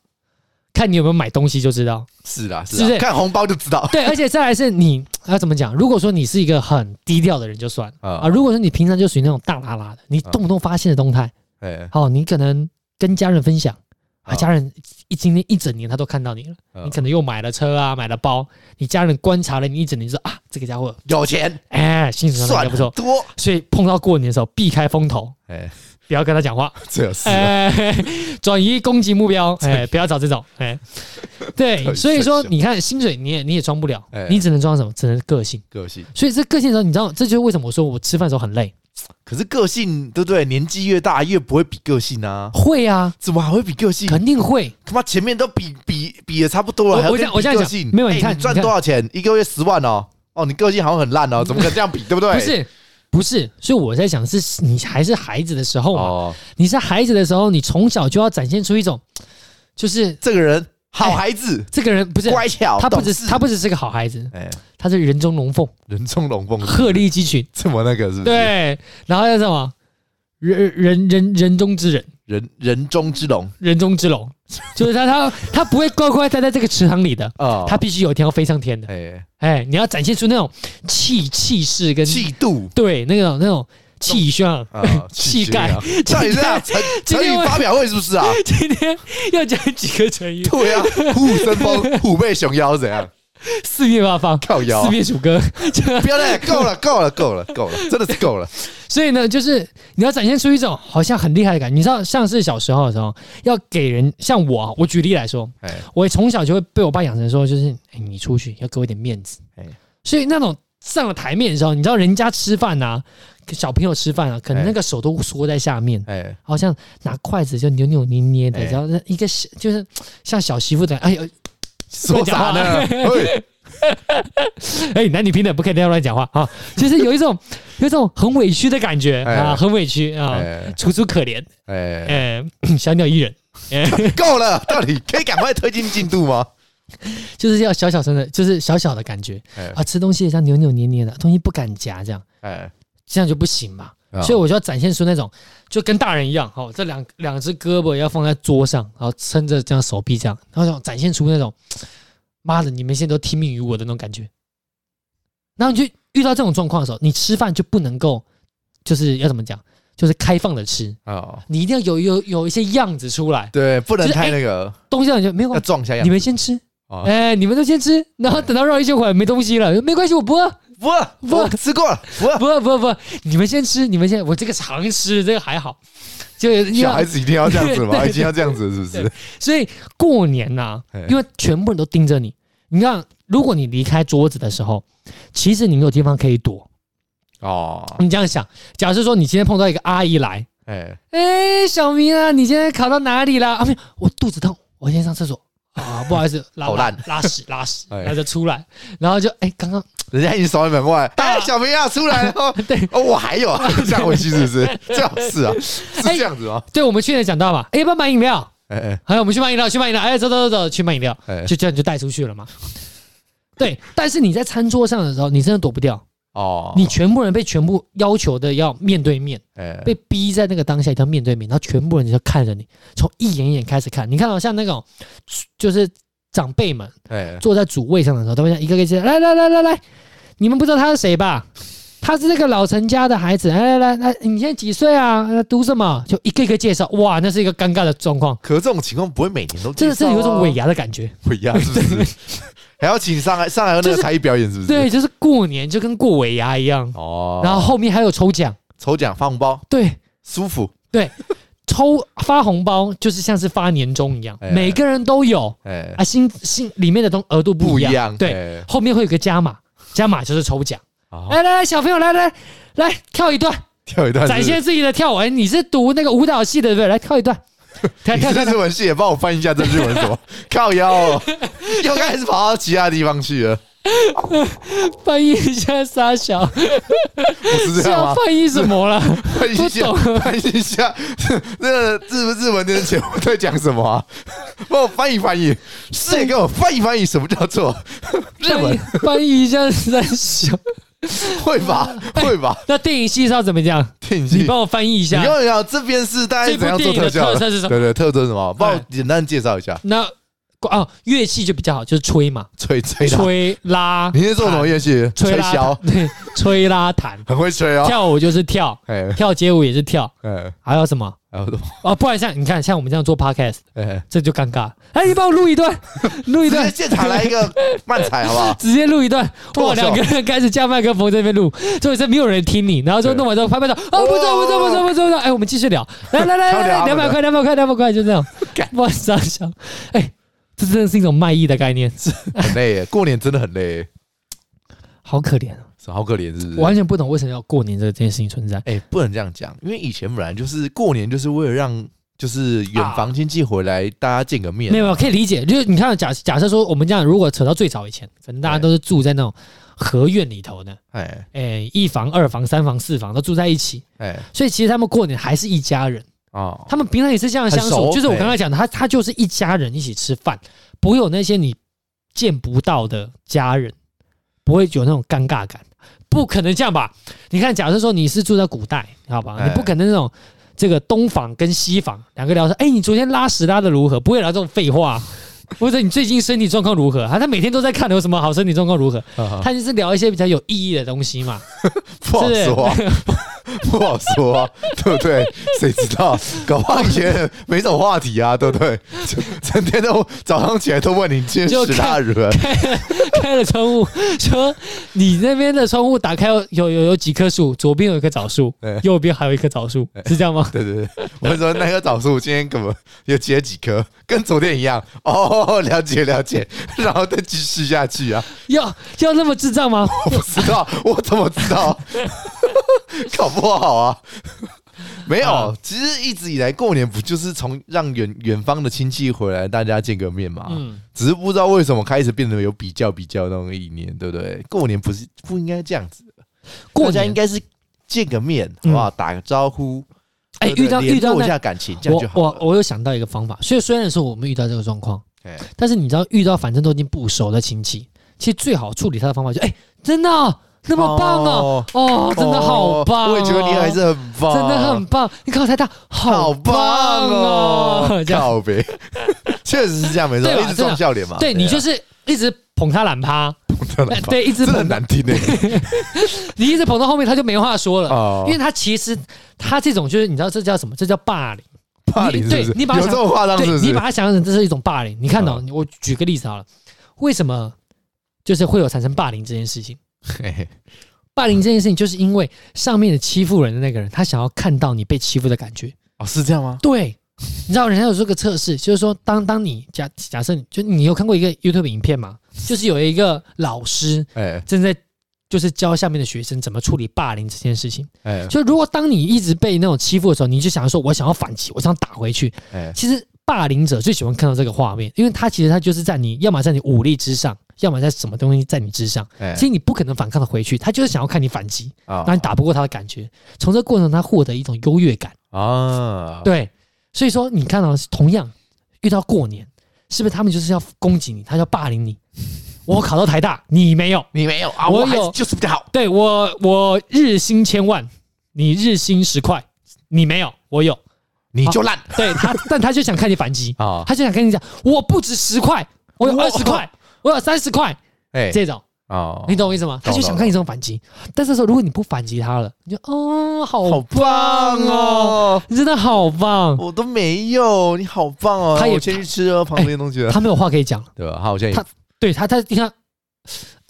S2: 看你有没有买东西就 知道。
S1: 是啦，
S2: 是
S1: 是
S2: 不
S1: 啦，
S2: 是
S1: 看红包就知道
S2: 对，而且再来是你要怎么讲？如果说你是一个很低调的人就算了啊，
S1: 啊，
S2: 如果说你平常就属于那种大拉拉的，你动不动发现的动态，
S1: 哎，
S2: 好，你可能跟家人分享啊，
S1: 啊
S2: 家人一今天一整年他都看到你了。
S1: 嗯
S2: 你可能又买了车啊，买了包，你家人观察了你一整年，说啊，这个家伙，
S1: 有钱
S2: 哎，薪水上
S1: 算
S2: 来不错，
S1: 多，
S2: 所以碰到过年的时候避开风头，
S1: 哎，
S2: 不要跟他讲话，
S1: 这是啊
S2: 哎，转移攻击目 标，哎，不要找这种，哎，对，
S1: 很
S2: 所以说
S1: 生
S2: 你看薪水你也你也装不了
S1: 哎，
S2: 你只能装什么？只能个性。
S1: 个性，
S2: 所以这个性的时候，你知道，这就是为什么我说我吃饭的时候很累，
S1: 可是个性对不对？年纪越大越不会比个性啊，
S2: 会啊，
S1: 怎么还会比个性？
S2: 肯定会，
S1: 他妈前面都比比比的差不多了，啊
S2: 我
S1: 还要跟
S2: 我这样我这
S1: 比
S2: 样
S1: 个
S2: 讲
S1: 性？
S2: 没有你看
S1: 哎赚
S2: 你看
S1: 多少钱？一个月十万哦，哦，你个性好像很烂哦，怎么可能这样比？对不对？
S2: 不是不是，所以我在想，是你还是孩子的时候嘛，
S1: 哦，
S2: 你是孩子的时候，你从小就要展现出一种，就是
S1: 这个人好孩子，
S2: 这个人哎不是
S1: 乖巧，
S2: 他不
S1: 懂
S2: 只
S1: 事
S2: 他不只是个好孩子，
S1: 哎，
S2: 他是人中龙凤，
S1: 人中龙凤，
S2: 鹤立鸡群。
S1: 这么那个是不是？，
S2: 对，然后叫什么？人人人人中之人，
S1: 人人中之龙
S2: 人中之龙， 就是他他他不会乖乖待在这个池塘里的，
S1: 啊，
S2: 他必须有一天要飞上天的。
S1: 哎
S2: 哎，你要展现出那种气气势跟
S1: 气度
S2: 对那种那种气象。
S1: 啊，
S2: 气概
S1: 啊到底是啊成
S2: 今
S1: 成
S2: 天
S1: 语
S2: 我
S1: 发表会是不是啊？
S2: 今天要讲几个成 语？
S1: 对啊，虎虎生风，虎背熊腰怎 样？
S2: 四面八方，
S1: 靠腰
S2: 四
S1: 啊，
S2: 面楚歌。
S1: 不要再够了，够了，够了，够了，真的是够了。
S2: 所以呢，就是你要展现出一种好像很厉害的感觉。你知道，像是小时候的时候，要给人像我啊，我举例来说，
S1: 哎
S2: 我从小就会被我爸养成说，就是哎、你出去要给我一点面子。
S1: 哎
S2: 所以那种上了台面的时候，你知道人家吃饭呐、给小朋友吃饭啊，可能
S1: 哎
S2: 那个手都缩在下面，
S1: 哎，
S2: 好像拿筷子就扭扭捏捏的，
S1: 哎
S2: 然后那一个小就是像小媳妇的，哎呦
S1: 说啥呢？喂，
S2: 哎，男女平等不可以这样乱讲话啊，就是有一 种有一种很委屈的感觉
S1: 哎
S2: 啊，很委屈 啊，
S1: 哎
S2: 楚楚可怜，
S1: 哎，
S2: 哎， 小鸟依人，
S1: 够了，到底可以赶快推进进度吗？
S2: 就是要小小声的，就是小小的感觉
S1: 哎
S2: 啊，吃东西像扭扭捏捏的，东西不敢夹这样。
S1: 哎，
S2: 这样就不行嘛。
S1: 啊
S2: 所以我就要展现出那种就跟大人一样，好、这两两只胳膊要放在桌上，然后撑着这样手臂这样，然后想展现出那种妈的，你们现在都听命于我的那种感觉。然后你就遇到这种状况的时候，你吃饭就不能够就是要怎么讲，就是开放的吃，
S1: 哦，
S2: 你一定要有有有一些样子出来，
S1: 对，不能太那个，
S2: 东西你就没有
S1: 要
S2: 关
S1: 撞一下
S2: 你
S1: 样。
S2: 们先吃。哎、
S1: 哦
S2: 你们都先吃，然后等到绕一圈回来没东西了，没关系，我不饿，啊
S1: 不不吃过了，不
S2: 不啊不不，你们先吃，你们先，我这个常吃，这个还好。就因
S1: 小孩
S2: 为
S1: 子一定要这样子
S2: 对
S1: 吗？
S2: 对
S1: 一定要这样子是不是？
S2: 所以过年呐、
S1: 哎
S2: 因为全部人都盯着你，你看，如果你离开桌子的时候，其实你没有地方可以躲。
S1: 哦，
S2: 你这样想，假设说你今天碰到一个阿姨来，
S1: 哎
S2: 哎，小明啊，你今天考到哪里啦？啊，没有，我肚子痛，我先上厕所。啊，不好意思，拉
S1: 好烂
S2: 拉屎拉屎，
S1: 哎
S2: 然后就出来，然后就哎，刚刚
S1: 人家已经守在门外，哎，小明啊，出来了哦，
S2: 对
S1: 哦，我还有啊，这样回去是不是？ 最好是啊，是
S2: 哎
S1: 这样子吗？
S2: 对我们去年讲到嘛，哎，要不要买饮料？
S1: 哎哎
S2: 还有我们去买饮料，去买饮料，哎，走走走走，去买饮料。
S1: 哎，
S2: 就这样就带出去了嘛。对，但是你在餐桌上的时候，你真的躲不掉，
S1: 哦，
S2: 你全部人被全部要求的要面对面，
S1: 哎
S2: 被逼在那个当下一定要面对面，然后全部人就看着你，从一眼一眼开始看。你看到、像那种就是长辈们
S1: 哎
S2: 坐在主位上的时候，他会像一个个接来来来来来，你们不知道他是谁吧？他是那个老陈家的孩子，来来来来，你现在几岁啊？呃读什么？就一个一个介绍，哇，那是一个尴尬的状况，
S1: 可是这种情况不会每年都
S2: 真的是有一种啊尾
S1: 牙，
S2: 牙的感觉。
S1: 尾牙啊是不是？还要请上来上来那
S2: 就
S1: 个
S2: 是
S1: 才艺表演是不是？
S2: 对，就是过年就跟过尾牙一样，
S1: 哦，
S2: 然后后面还有抽奖，
S1: 抽奖发红包，
S2: 对，
S1: 舒服，
S2: 抽发红包就是像是发年终一样，
S1: 哎
S2: 每个人都有
S1: 哎，
S2: 啊，新新里面的东额度不
S1: 不
S2: 一
S1: 一
S2: 样，
S1: 样，
S2: 对，
S1: 哎，
S2: 后面会有个加码，加码就是抽奖，
S1: 好，
S2: 来来来，小朋友来来来跳一段，
S1: 跳一段是不
S2: 展
S1: 是，
S2: 现自己的跳舞，哎，你是读那个舞蹈系的对不对？来跳一段， 跳
S1: 你
S2: 跳
S1: 是
S2: 跳，
S1: 日文系，也帮我翻译一下这日文是 什么？靠腰、哦，又开始跑到其他地方去了，
S2: 翻译一下沙小，
S1: 不是
S2: 是
S1: 这样
S2: 要
S1: 吗？
S2: 翻译什么了？
S1: 翻译一下
S2: 不，
S1: 翻译一下， 那个日日文的节目在讲什么啊？帮我翻译翻译，是也给我翻译翻译，什么叫做日
S2: 翻译
S1: 文？
S2: 翻译一下沙小，
S1: 会吧，会吧？
S2: 那电影系是要怎么讲？
S1: 听
S2: 哎你
S1: 你
S2: 帮我翻译一下
S1: 你。跟我讲，这边是大概
S2: 这
S1: 怎
S2: 部
S1: 样
S2: 电
S1: 做
S2: 影的
S1: 特效
S2: 特
S1: 的？
S2: 色是什么？
S1: 对对，特征什么？帮我
S2: 哎
S1: 简单介绍一下。
S2: 那哦，乐器就比较好，就是吹嘛，
S1: 吹吹的，
S2: 吹
S1: 哎
S2: 拉。
S1: 啊你是做什么乐器？
S2: 弹？ 吹
S1: 吹
S2: 拉
S1: 箫，
S2: 对，吹拉弹。
S1: 很会吹哦。
S2: 跳舞就是跳，
S1: 哎
S2: 跳街舞也是跳，
S1: 哎，
S2: 还有什么？
S1: 然后
S2: 哦，不然像你看，像我们这样做 podcast，
S1: 哎。
S2: 这就尴尬。哎，你帮我录 一段，录一
S1: 直接
S2: 段，
S1: 现场来一个慢踩，好不 好？
S2: 直接录一段。
S1: 脱
S2: 哇，
S1: 口秀
S2: 两个人开始架麦克风在那边录，重点是没有人听你，然后就弄完之后拍拍照，啊，不错
S1: 哦
S2: 不错不错不错不错，哎，我们继续聊，来来来来来，两百块两百块两百块，就这样。哇塞，想，哎，这真的是一种卖艺的概念，
S1: 很累耶，过年真的很累耶，
S2: 好可怜啊。
S1: 是好可怜，是不
S2: 我
S1: 是？
S2: 完全不懂为什么要过年这件事情存在。
S1: 哎、不能这样讲，因为以前本来就是过年，就是为了让就是远房亲戚回来，大家见个面。
S2: 啊没有，没有可以理解。就是你看假，假设说我们这样，如果扯到最早以前，可能大家
S1: 对
S2: 都是住在那种合院里头的，
S1: 哎
S2: 哎，一房、二房、三房、四房都住在一起，
S1: 哎
S2: 所以其实他们过年还是一家人。
S1: 哦，
S2: 他们平常也是这样相
S1: 很
S2: 处，
S1: 熟
S2: 就是我
S1: 对
S2: 刚才讲的，他他就是一家人一起吃饭，不会有那些你见不到的家人，不会有那种尴尬感。不可能这样吧？你看，假设说你是住在古代，好吧，
S1: 哎
S2: 你不可能那种这个东房跟西房两个聊说，哎、你昨天拉屎拉的如何？不会聊这种废话， 或者你最近身体状况如何？啊，他每天都在看有什么好身体状况如何，
S1: 啊哦
S2: 他就是聊一些比较有意义的东西嘛。
S1: 不好说、啊， 不好说、啊，对不对？谁知道？搞不好以前人没什么话题啊，对不对？就整天都早上起来都问你今天屎大如何，
S2: 开了窗户， 说你那边的窗户打开有有有几棵树，左边有一棵枣树
S1: 对，
S2: 右边还有一棵枣树，是这 样吗？
S1: 对对对，我说那棵枣树今天怎么又结几颗，跟昨天一样哦，了解了解，然后再继续下去啊，
S2: 要要那么智障吗？
S1: 我不知道，我怎么知道？ 搞不好啊，没有
S2: 啊，
S1: 其实一直以来过年不就是从让远远方的亲戚回来，大家见个面嘛，
S2: 嗯，
S1: 只是不知道为什么开始变得有比较比较那种意念，对不对？过年不是不应该这样子，
S2: 过
S1: 大家
S2: 年嗯
S1: 应该是见个面，好不好？打个招呼，
S2: 哎
S1: 对不对
S2: 遇到
S1: 呃联
S2: 遇到
S1: 络一
S2: 那
S1: 下感情，这样就好
S2: 我
S1: 了。
S2: 我我有想到一个方法，所以虽然说我们遇到这个状况，
S1: 哎，
S2: 但是你知道遇到反正都已经不熟的亲戚，其实最好处理他的方法就哎、真的哦、那么棒哦，哦真的好棒、哦
S1: 我也觉得你还是很棒，
S2: 真的很棒，你考太大，
S1: 好
S2: 棒
S1: 棒哦，
S2: 这样
S1: 靠呗，确实是这样，没错，
S2: 对吧啊
S1: 一直撞笑脸嘛，啊
S2: 对你就是一直捧他懒趴，
S1: 真的
S2: 哎对，一直
S1: 真的
S2: 捧
S1: 很难听的
S2: 你一直捧到后面，他就没话说了，
S1: 哦
S2: 因为他其实他这种就是你知道这叫什么？这叫霸凌。
S1: 霸凌是不是？
S2: 对你把它
S1: 有这种夸啊张是不
S2: 对
S1: 是？啊
S2: 你把它想成这是一种霸凌。你看到、我举个例子好了，为什么就是会有产生霸凌这件事情？
S1: 嘿嘿
S2: 霸凌这件事情，就是因为上面的欺负人的那个人，他想要看到你被欺负的感觉。
S1: 哦，是这样吗？
S2: 对，你知道人家有这个测试，就是说当当你假假设你就你有看过一个 YouTube 影片嘛，就是有一个老师
S1: 哎
S2: 正在就是教下面的学生怎么处理霸凌这件事情。
S1: 哎
S2: 就如果当你一直被那种欺负的时候，你就想说，我想要反击，我想要打回去。
S1: 哎，
S2: 其实霸凌者最喜欢看到这个画面，因为他其实他就是在你要么在你武力之上，要么在什么东西在你之上，
S1: 哎
S2: 其实你不可能反抗的回去，他就是想要看你反击，
S1: 啊
S2: 让你打不过他的感觉。从这过程中他获得一种优越感，
S1: 啊，
S2: 对，所以说你看到同样遇到过年，是不是他们就是要攻击你，他要霸凌你？我考到台大，你没有，
S1: 你没有啊，
S2: 我
S1: 我还是
S2: 有
S1: 就是比较好。
S2: 对我我日薪千万，你日薪十块，你没有，我有，
S1: 你就烂
S2: 对他，但他就想看你 反击。
S1: 啊！
S2: 他就想跟你讲，我不止十块，我有
S1: 哇
S2: 二十块，我有三十块，
S1: 哎
S2: 这种，
S1: 啊，
S2: 你懂我意思吗？他就想看你这种反击，但这时候如果你不反击他了，你就哦，好
S1: 好棒
S2: 棒哦，
S1: 哦！
S2: 你真的好棒，
S1: 我都没有，你好棒哦！
S2: 他也
S1: 我先去吃哦，旁边东西了，
S2: 他啊没有话可以讲，
S1: 对吧？好，我现在，
S2: 他对他，他你看，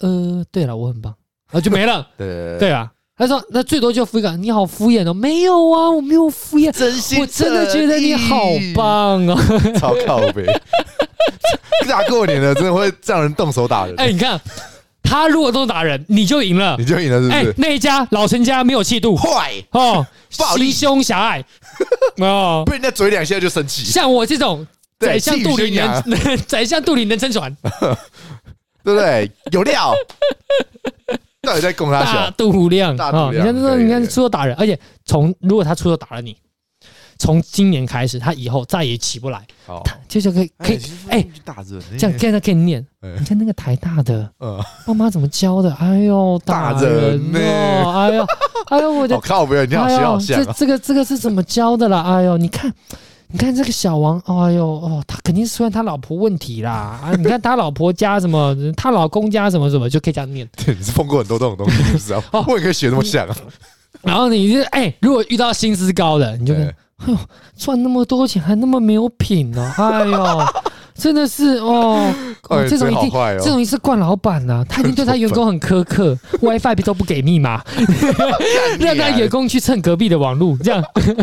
S2: 呃，对了，我很棒，然后就没了
S1: 对
S2: 对啊，他说那最多就敷衍，你好敷衍哦，没有啊，我没有敷衍。
S1: 真心
S2: 我真的觉得你好
S1: 意，
S2: 棒哦！
S1: 超靠呗！大过年的真的会让人动手打人，
S2: 哎，你看，他如果都打人，你就赢了
S1: 你。就赢了是不
S2: 哎
S1: 是，？
S2: 那一家老陈家没有气度，
S1: 坏，
S2: 哦，
S1: 暴力
S2: 心胸狭 隘哦。
S1: 被人家嘴两下就生气，
S2: 像我这种
S1: 对
S2: 宰相肚
S1: 气宇
S2: 里
S1: 轩
S2: 能 宰相肚里能撑船，
S1: 对不对？有 料，到底在供他
S2: 大
S1: 小？
S2: 肚量
S1: 大肚量
S2: 哦你看这
S1: 可
S2: 种，
S1: 以
S2: 你
S1: 可
S2: 看
S1: 以
S2: 出手打人，而且从如果他出手打了你，从今年开始，他以后再也起不来，
S1: 好，
S2: 他就是可以可以
S1: 哦其实
S2: 哎
S1: 打人欸
S2: 这样跟他可以念。
S1: 哎
S2: 你看那个台大的
S1: 嗯，
S2: 妈妈怎么教的？哎呦，
S1: 打
S2: 打人
S1: 人呢
S2: 哦！哎呦，哎呦，我的
S1: 好哦靠呗！你好
S2: 哎
S1: 像
S2: 呦，
S1: 好像
S2: 这
S1: 啊，
S2: 这个这个是怎么教的啦？哎呦，你看，你看这个小王，哎呦哦，他肯定是问他老婆问题啦。啊，你看他老婆家什么， 他老公家什么什么，就可以这样念。
S1: 对你是碰过很多这种东西，你不知道？
S2: 哦
S1: 我也可以学那么像啊！
S2: 然后你就哎，如果遇到薪资高的，你就
S1: 对
S2: 跟赚那么多钱还那么没有品呢、哎 呦，真的是哦，哦
S1: 哎
S2: 这种一
S1: 真好
S2: 定。
S1: 坏哦，
S2: 这种一定是惯老板呐、他已经对他员工很苛刻，WiFi 都不给密码，
S1: 啊
S2: 让他员工去蹭隔壁的网路，这样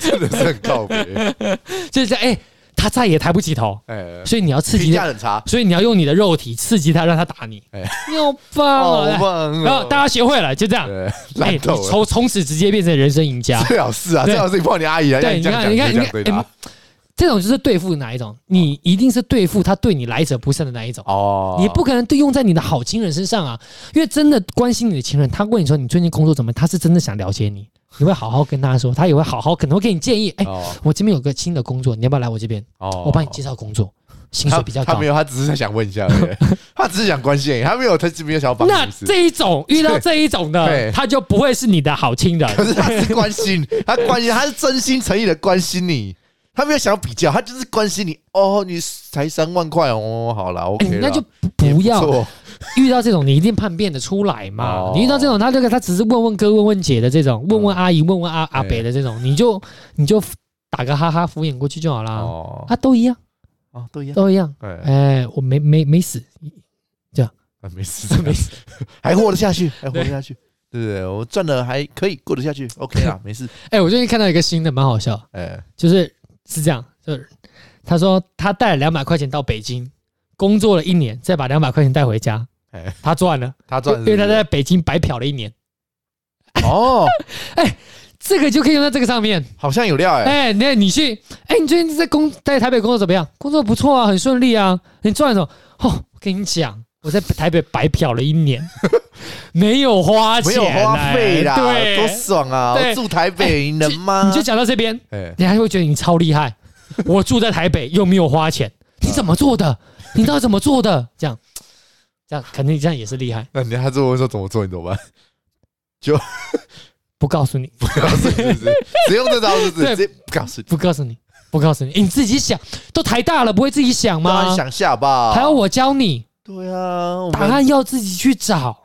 S1: 真的是很靠北，
S2: 就是哎、他再也抬不起头，
S1: 哎，
S2: 所以你要刺激
S1: 评
S2: 他
S1: 价，很差，
S2: 所以你要用你的肉体刺激他，让他打你。
S1: 哎
S2: 你好棒
S1: 好
S2: 哦！
S1: 棒
S2: 然后
S1: 哦！
S2: 大家学会了，就这样。
S1: 对，
S2: 哎，
S1: 烂
S2: 你
S1: 透了，
S2: 从从此直接变成人生赢家。
S1: 最好是啊，
S2: 对
S1: 最好是你碰你阿姨啊，
S2: 对
S1: 让这样讲
S2: 你看
S1: 就这
S2: 你
S1: 样
S2: 看哎
S1: 对啊答
S2: 这种就是对付哪一种？你一定是对付他对你来者不善的那一种。
S1: 哦，
S2: 你不可能对用在你的好亲人身上啊，因为真的关心你的情人，他问你说你最近工作怎么样，他是真的想了解你，你会好好跟他说，他也会好好可能会给你建议。哎、
S1: 哦
S2: 我这边有个新的工作，你要不要来我这边？
S1: 哦
S2: 我帮你介绍工作，薪水比较
S1: 他。他
S2: 高
S1: 没。有，他只是想问一下而已， 他只是想关心而已，他没有，他没有想要帮
S2: 那
S1: 你。
S2: 这一种遇到这一种的，
S1: 对
S2: 他就不会是你的好亲人。
S1: 可是他是关心，他关心，他是真心诚意的关心你，他没有想要比较，他就是关心你。哦，你才三万块哦，好啦 o
S2: 哎
S1: k 啦，
S2: 那就不
S1: 也
S2: 不要
S1: 错
S2: 遇到这种，你一定叛变的出来嘛。
S1: 哦
S2: 你遇到这种，他这个他只是问问哥、问问姐的这种，问问阿姨、问问阿阿伯的这种，你就你就打个哈哈敷衍过去就好啦。
S1: 哦
S2: 啊，都一样，
S1: 哦，都一样，
S2: 都一样。
S1: 哎，
S2: 哎，我没没没死，哎
S1: 啊没事没事，还活得下去，还活得下去，对不对？我赚的还可以，过得下去，OK 啦，没事。
S2: 哎、我最近看到一个新的，蛮好笑，
S1: 哎，
S2: 就是是这样，就是他说他带了两百块钱到北京工作了一年，再把两百块钱带回家
S1: 哎，
S2: 他赚了，
S1: 他赚的是
S2: 因为他在北京白嫖了一年，
S1: 哦，
S2: 这个就可以用在这个上面。
S1: 好像有料哎，
S2: 哎、那你去，哎、你最近在工在台北工作怎么样？工作不错啊，很顺利啊，你赚了什么？哦，我跟你讲。我在台北白嫖了一年， 没有花
S1: 没
S2: 钱、
S1: 有
S2: 哎
S1: 花费啦，
S2: 对，
S1: 多爽啊！
S2: 对哎
S1: 我住台北，你能吗？
S2: 你就讲到这边，
S1: 哎，
S2: 人家就会觉得你超 厉害。我住在台北又没有花钱，
S1: 嗯
S2: 你怎么做的？你到底怎么做的？这样，这样肯定这样也是厉害。
S1: 那你他这么说怎么做，你怎么办？
S2: 不告诉你，
S1: 不告诉你，是不是只用这招是不
S2: 对
S1: 是？直接不告诉你，
S2: 不告诉你，不告诉你，你自己想。都台大了，不会自己想
S1: 当
S2: 吗
S1: 然？想下吧。
S2: 还要我教你，
S1: 对啊，我
S2: 答
S1: 们
S2: 案要自己去找。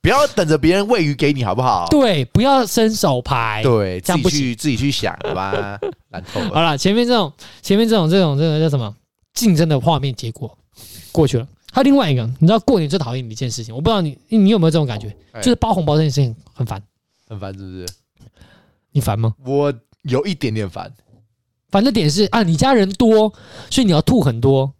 S1: 不要等着别人喂鱼给你，好不好？
S2: 对，不要伸手牌。
S1: 对，自
S2: 这样
S1: 己
S2: 不
S1: 去自己去想好吧，烂透
S2: 好
S1: 了。
S2: 了，前面这种，前面这种，这种，这个叫什么？竞争的画面结果过去了。还有另外一个，你知道过年最讨厌的一件事情，我不知道你你有没有这种感觉，
S1: 哎
S2: 就是包红包这件事情很烦，
S1: 很烦是不是？
S2: 你烦吗？
S1: 我有一点点烦，
S2: 反正点是啊，你家人多，所以你要吐很多。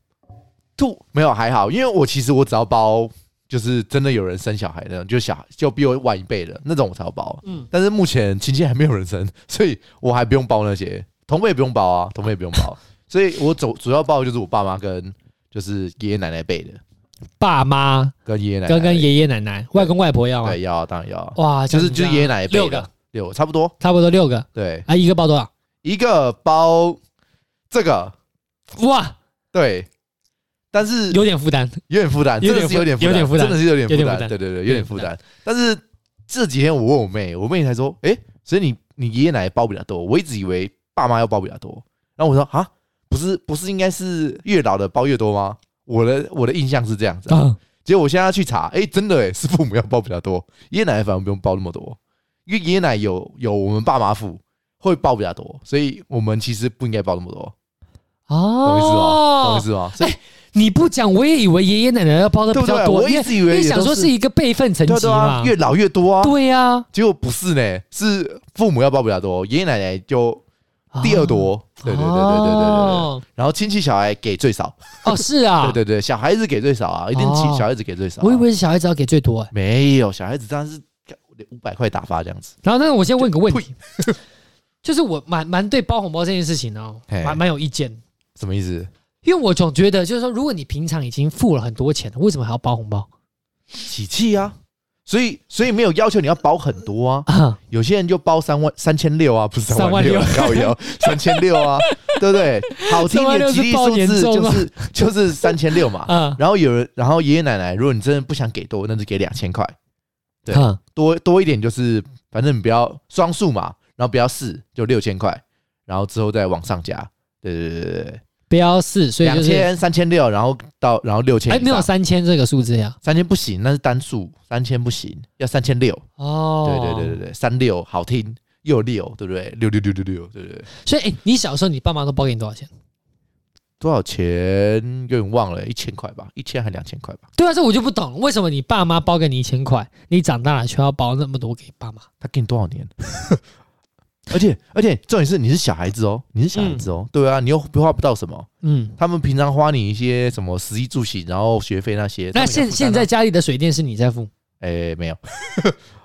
S1: 吐没有还好，因为我其实我只要包，就是真的有人生小孩的那种，就小孩就比我晚一辈的那种我才要包。
S2: 嗯
S1: 嗯，但是目前亲戚还没有人生，所以我还不用包那些，同辈也不用包啊，同辈也不用包，所以我主主要包的就是我爸妈跟就是爷爷奶奶辈的，
S2: 爸妈
S1: 跟爷爷奶奶
S2: 跟跟爷爷奶奶、外公外婆要吗？
S1: 对要啊当然要啊，
S2: 哇，
S1: 就是
S2: 这
S1: 就是
S2: 样子啊
S1: 爷爷奶奶辈
S2: 六
S1: 的
S2: 个，
S1: 六差不多
S2: 差不多六个
S1: 对，
S2: 啊，一个包多少？
S1: 一个包这个
S2: 哇，
S1: 对，但是
S2: 有点负担。
S1: 有点负担，
S2: 有
S1: 真
S2: 点
S1: 的是有点
S2: 有点负担
S1: 真的是有点
S2: 有
S1: 负
S2: 点负担
S1: 担，对对对，
S2: 有
S1: 有
S2: 点
S1: 点
S2: 负
S1: 负
S2: 担
S1: 担。但是这几天我问我妹，我妹才说，诶，所以你你爷爷奶奶包比较多，我一直以为爸妈要包比较多。然后我说啊，不是不是应该是越老的包越多吗？我的我的印象是这样子、啊，
S2: 嗯，
S1: 结果我现在去查，诶，真的诶， 是父母要包比较多，爷爷奶奶反而不用包那么多，因为爷爷奶奶有有我们爸妈付，会包比较多，所以我们其实不应该包那么多，懂我意思吗？懂我意
S2: 哦，
S1: 思吗？所以
S2: 你不讲，我也以为爷爷奶奶要包的
S1: 对
S2: 比
S1: 不对
S2: 较？多，
S1: 我
S2: 因
S1: 一
S2: 为
S1: 直以
S2: 因
S1: 为也
S2: 为想
S1: 都
S2: 说
S1: 是
S2: 是一个辈分层
S1: 对啊
S2: 级
S1: 对啊
S2: 嘛，。
S1: 越老越多啊，
S2: 对呀，
S1: 结果不是呢，是父母要包比较多，爷爷奶奶就第二多，对对对对对对对对。
S2: 哦
S1: 然后亲戚小孩给最少，
S2: 哦，是啊
S1: 对，对对，小孩子给最少啊，一定亲
S2: 哦
S1: 小孩子给最少啊、
S2: 我以为是小孩子要给最多哎。
S1: 没有，小孩子当然是五百块打发这样子，
S2: 然后，那我先问个问题，就是我蛮蛮对包红包这件事情呢、
S1: 嘿
S2: 蛮蛮有意见的，哦
S1: 什么意思？
S2: 因为我总觉得就是说，如果你平常已经付了很多钱了，为什么还要包红 包
S1: 喜气啊！所以所以没有要求你要包很多啊，
S2: 啊？
S1: 有些人就包三万三千六啊，不是三万六，
S2: 36,000
S1: 高 腰三千六啊，对不对？好听
S2: 36,000
S1: 点吉利数字
S2: 是包年终
S1: 就
S2: 吗
S1: 是就是三千六嘛，
S2: 啊
S1: 然后有人，然后爷爷奶奶，如果你真的不想给多，那就给两千块，对
S2: 啊
S1: 多多一点就是，反正你不要双数嘛，然后不要四，就六千块，然后之后再往上加，对对对对对，
S2: 不要四，所以
S1: 两
S2: 就是
S1: 千、三千六，然后到然后六千，
S2: 哎，没有三千这个数字呀。
S1: 三千不行，那是单数，三千不行，要三千六，对
S2: 哦，
S1: 对对对对，三六好听又六，对不对？六六六六六，对对对，
S2: 所以哎、你小时候你爸妈都包给你多少钱？
S1: 多少钱？有点忘了，一千块吧，一千还两千块吧，
S2: 对啊，这我就不懂，为什么你爸妈包给你一千块，你长大了却要包那么多给爸妈？
S1: 他给你多少年？ 而且而且重点是你是小孩子哦，你是小孩子哦，对啊，你又花不到什么。
S2: 嗯，
S1: 他们平常花你一些什么食衣住行，然后学费那些。
S2: 那
S1: 他们也
S2: 现
S1: 要负担
S2: 现
S1: 啊
S2: 在家里的水电是你 在付
S1: 哎、没有，